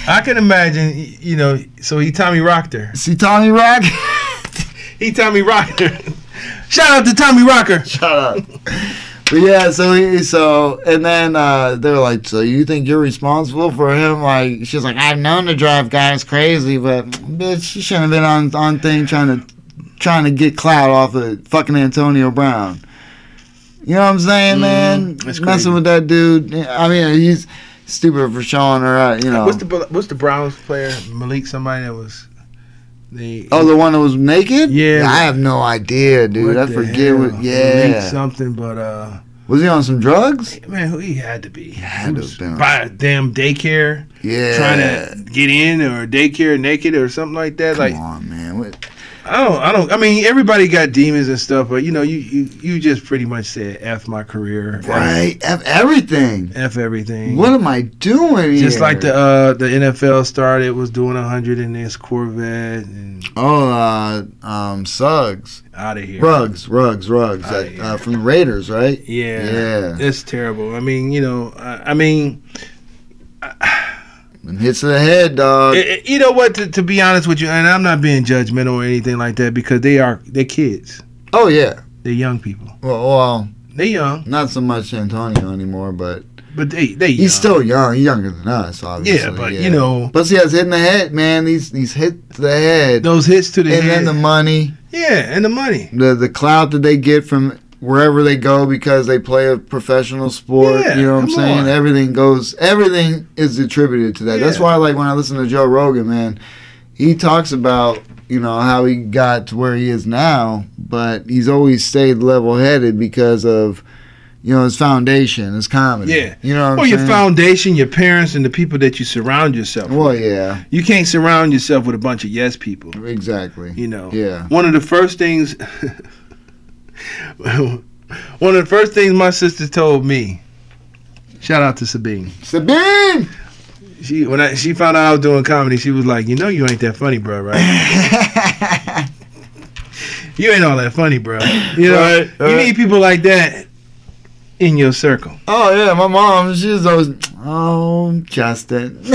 Speaker 3: I can imagine. y- You know. So he Tommy rocked her.
Speaker 2: See Tommy Rock?
Speaker 3: He Tommy rocked her. Shout out to Tommy Rocker.
Speaker 2: Shut up. But yeah, so he so and then uh, they're like, so you think you're responsible for him? Like she's like, I've known the drive guy's crazy, but bitch, she shouldn't have been on on thing trying to trying to get clout off of fucking Antonio Brown. You know what I'm saying, man?
Speaker 3: Mm-hmm. that's crazy.
Speaker 2: Messing with that dude. I mean, he's stupid for showing her. out, You know.
Speaker 3: What's the Bro- What's the Browns player Malik? Somebody that was. They,
Speaker 2: Oh, the one that was naked?
Speaker 3: Yeah.
Speaker 2: I have no idea, dude. I
Speaker 3: the
Speaker 2: forget
Speaker 3: hell?
Speaker 2: what.
Speaker 3: Malik
Speaker 2: Yeah.
Speaker 3: something, but uh,
Speaker 2: Was he on some drugs?
Speaker 3: man, who he had to be.
Speaker 2: Had to have been.
Speaker 3: By a damn daycare,
Speaker 2: Yeah.
Speaker 3: trying to get in or daycare naked or something like that.
Speaker 2: Come
Speaker 3: like
Speaker 2: on, man. What-
Speaker 3: I don't, I don't. I mean, everybody got demons and stuff, but you know, you you, you just pretty much said f my career,
Speaker 2: Right? F everything.
Speaker 3: f everything.
Speaker 2: What am I doing here?
Speaker 3: Mm-hmm. Just like the uh, the NFL star that was doing hundred in his Corvette and
Speaker 2: Oh, uh, um, Suggs.
Speaker 3: out of here.
Speaker 2: Rugs, rugs, rugs.
Speaker 3: Oh,
Speaker 2: uh,
Speaker 3: yeah.
Speaker 2: uh, from the Raiders, right?
Speaker 3: Yeah,
Speaker 2: Yeah.
Speaker 3: it's terrible. I mean, you know, I, I mean,
Speaker 2: And hits to the head, dog.
Speaker 3: i- i- you know what? To, to be honest with you, and I'm not being judgmental or anything like that because they are they're kids,
Speaker 2: oh, yeah.
Speaker 3: they're young people,
Speaker 2: Well, well,
Speaker 3: they're young,
Speaker 2: not so much Antonio anymore, but
Speaker 3: but they they young.
Speaker 2: he's still young. He's younger than us, obviously.
Speaker 3: yeah, but you know
Speaker 2: Plus, he has hit in the head, man. These these hit to the head,
Speaker 3: those hits to the
Speaker 2: and
Speaker 3: head,
Speaker 2: then the money,
Speaker 3: yeah, and the money.
Speaker 2: the the clout that they get from wherever they go because they play a professional sport.
Speaker 3: Yeah,
Speaker 2: you know what I'm
Speaker 3: come
Speaker 2: saying?
Speaker 3: on.
Speaker 2: Everything goes. Everything is attributed to that. That's
Speaker 3: Yeah.
Speaker 2: why, like when I listen to Joe Rogan, man, he talks about you know how he got to where he is now, but he's always stayed level headed because of. You know his foundation, his comedy.
Speaker 3: Yeah.
Speaker 2: you know. What
Speaker 3: Well,
Speaker 2: I'm
Speaker 3: your
Speaker 2: saying?
Speaker 3: foundation, your parents, and the people that you surround yourself.
Speaker 2: Well, yeah,
Speaker 3: You can't surround yourself with a bunch of yes people.
Speaker 2: exactly.
Speaker 3: You know.
Speaker 2: Yeah.
Speaker 3: One of the first things. one of the first things my sister told me. Shout out to Sabine.
Speaker 2: Sabine!
Speaker 3: She when I, she found out I was doing comedy, she was like, "You know, you ain't that funny, bro, right? You ain't all that funny, bro. You know,
Speaker 2: Right,
Speaker 3: you
Speaker 2: right.
Speaker 3: need people like that in your circle."
Speaker 2: oh yeah, my mom, she was always Oh Justin.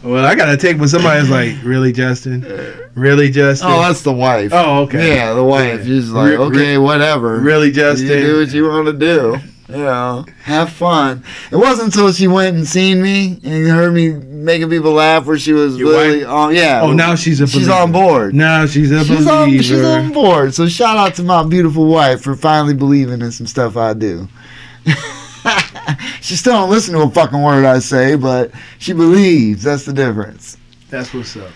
Speaker 2: Oh,
Speaker 3: Well, I gotta take when somebody's like, "Really, Justin? Really, Justin?
Speaker 2: oh, that's the wife.
Speaker 3: Oh, okay.
Speaker 2: Yeah, the wife.
Speaker 3: Yeah.
Speaker 2: She's like,
Speaker 3: Re- re-
Speaker 2: okay, whatever.
Speaker 3: Really,
Speaker 2: You do
Speaker 3: Justin?
Speaker 2: what you want to do. You know, have fun. It wasn't until she went and seen me and heard me making people laugh where she was
Speaker 3: Your
Speaker 2: really, oh yeah.
Speaker 3: Oh, now she's a
Speaker 2: she's
Speaker 3: believer.
Speaker 2: on board.
Speaker 3: Now she's a
Speaker 2: She's on,
Speaker 3: believer.
Speaker 2: she's on board. So shout out to my beautiful wife for finally believing in some stuff I do. she still don't listen to a fucking word I say, but she believes. That's the difference.
Speaker 3: That's what's up.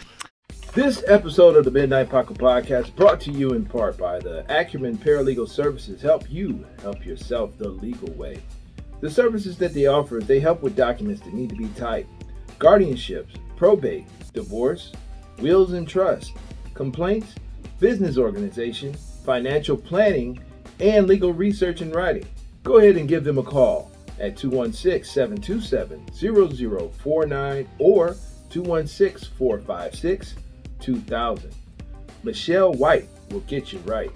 Speaker 5: This episode of the Midnight Pocket Podcast brought to you in part by the Acumen Paralegal Services help you help yourself the legal way. The services that they offer is they help with documents that need to be typed, guardianships, probate, divorce, wills and trust, complaints, business organization, financial planning, and legal research and writing. Go ahead and give them a call at 216 727 0049 or 216 456 2000. Michelle White will get you right.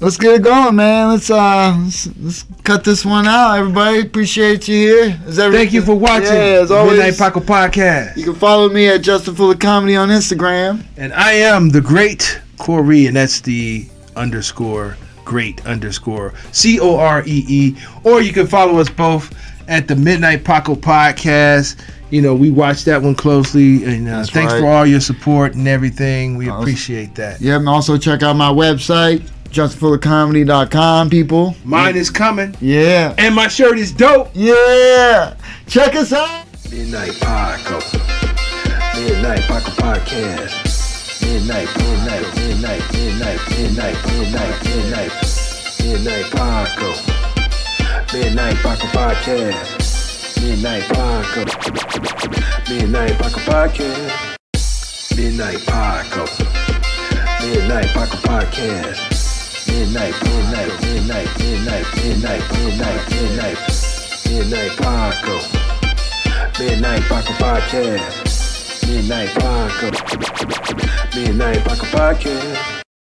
Speaker 2: Let's get it going, man. Let's uh, let's, let's cut this one out. Everybody, appreciate you here. Is every-
Speaker 3: Thank you for watching
Speaker 2: Yeah, as
Speaker 3: Midnight
Speaker 2: always,
Speaker 3: Paco
Speaker 2: you
Speaker 3: Podcast.
Speaker 2: can follow me at Justin Fuller Comedy on Instagram.
Speaker 3: And I am the great Corey, and that's the underscore great underscore C O R E E. Or you can follow us both at the Midnight Paco Podcast. You know, we watch that one closely, and uh,
Speaker 2: That's
Speaker 3: thanks
Speaker 2: right.
Speaker 3: for all your support and everything. We
Speaker 2: Awesome.
Speaker 3: appreciate that.
Speaker 2: Yeah, and also check out my website, justinfullercomedy.com, people.
Speaker 3: Mine is coming,
Speaker 2: Yeah,
Speaker 3: and my shirt is dope.
Speaker 2: yeah. Check us out.
Speaker 1: Midnight Paco. Midnight Paco Podcast. Midnight, midnight, midnight, midnight, midnight, midnight, midnight, midnight Paco. Midnight Paco Podcast. Midnight Paco. Midnight Paco Podcast. Midnight Paco. Midnight Paco Podcast. Midnight, midnight, midnight, midnight, midnight, midnight, midnight, midnight Paco. Midnight Biker Podcast. Midnight Paco. Midnight Paco Podcast.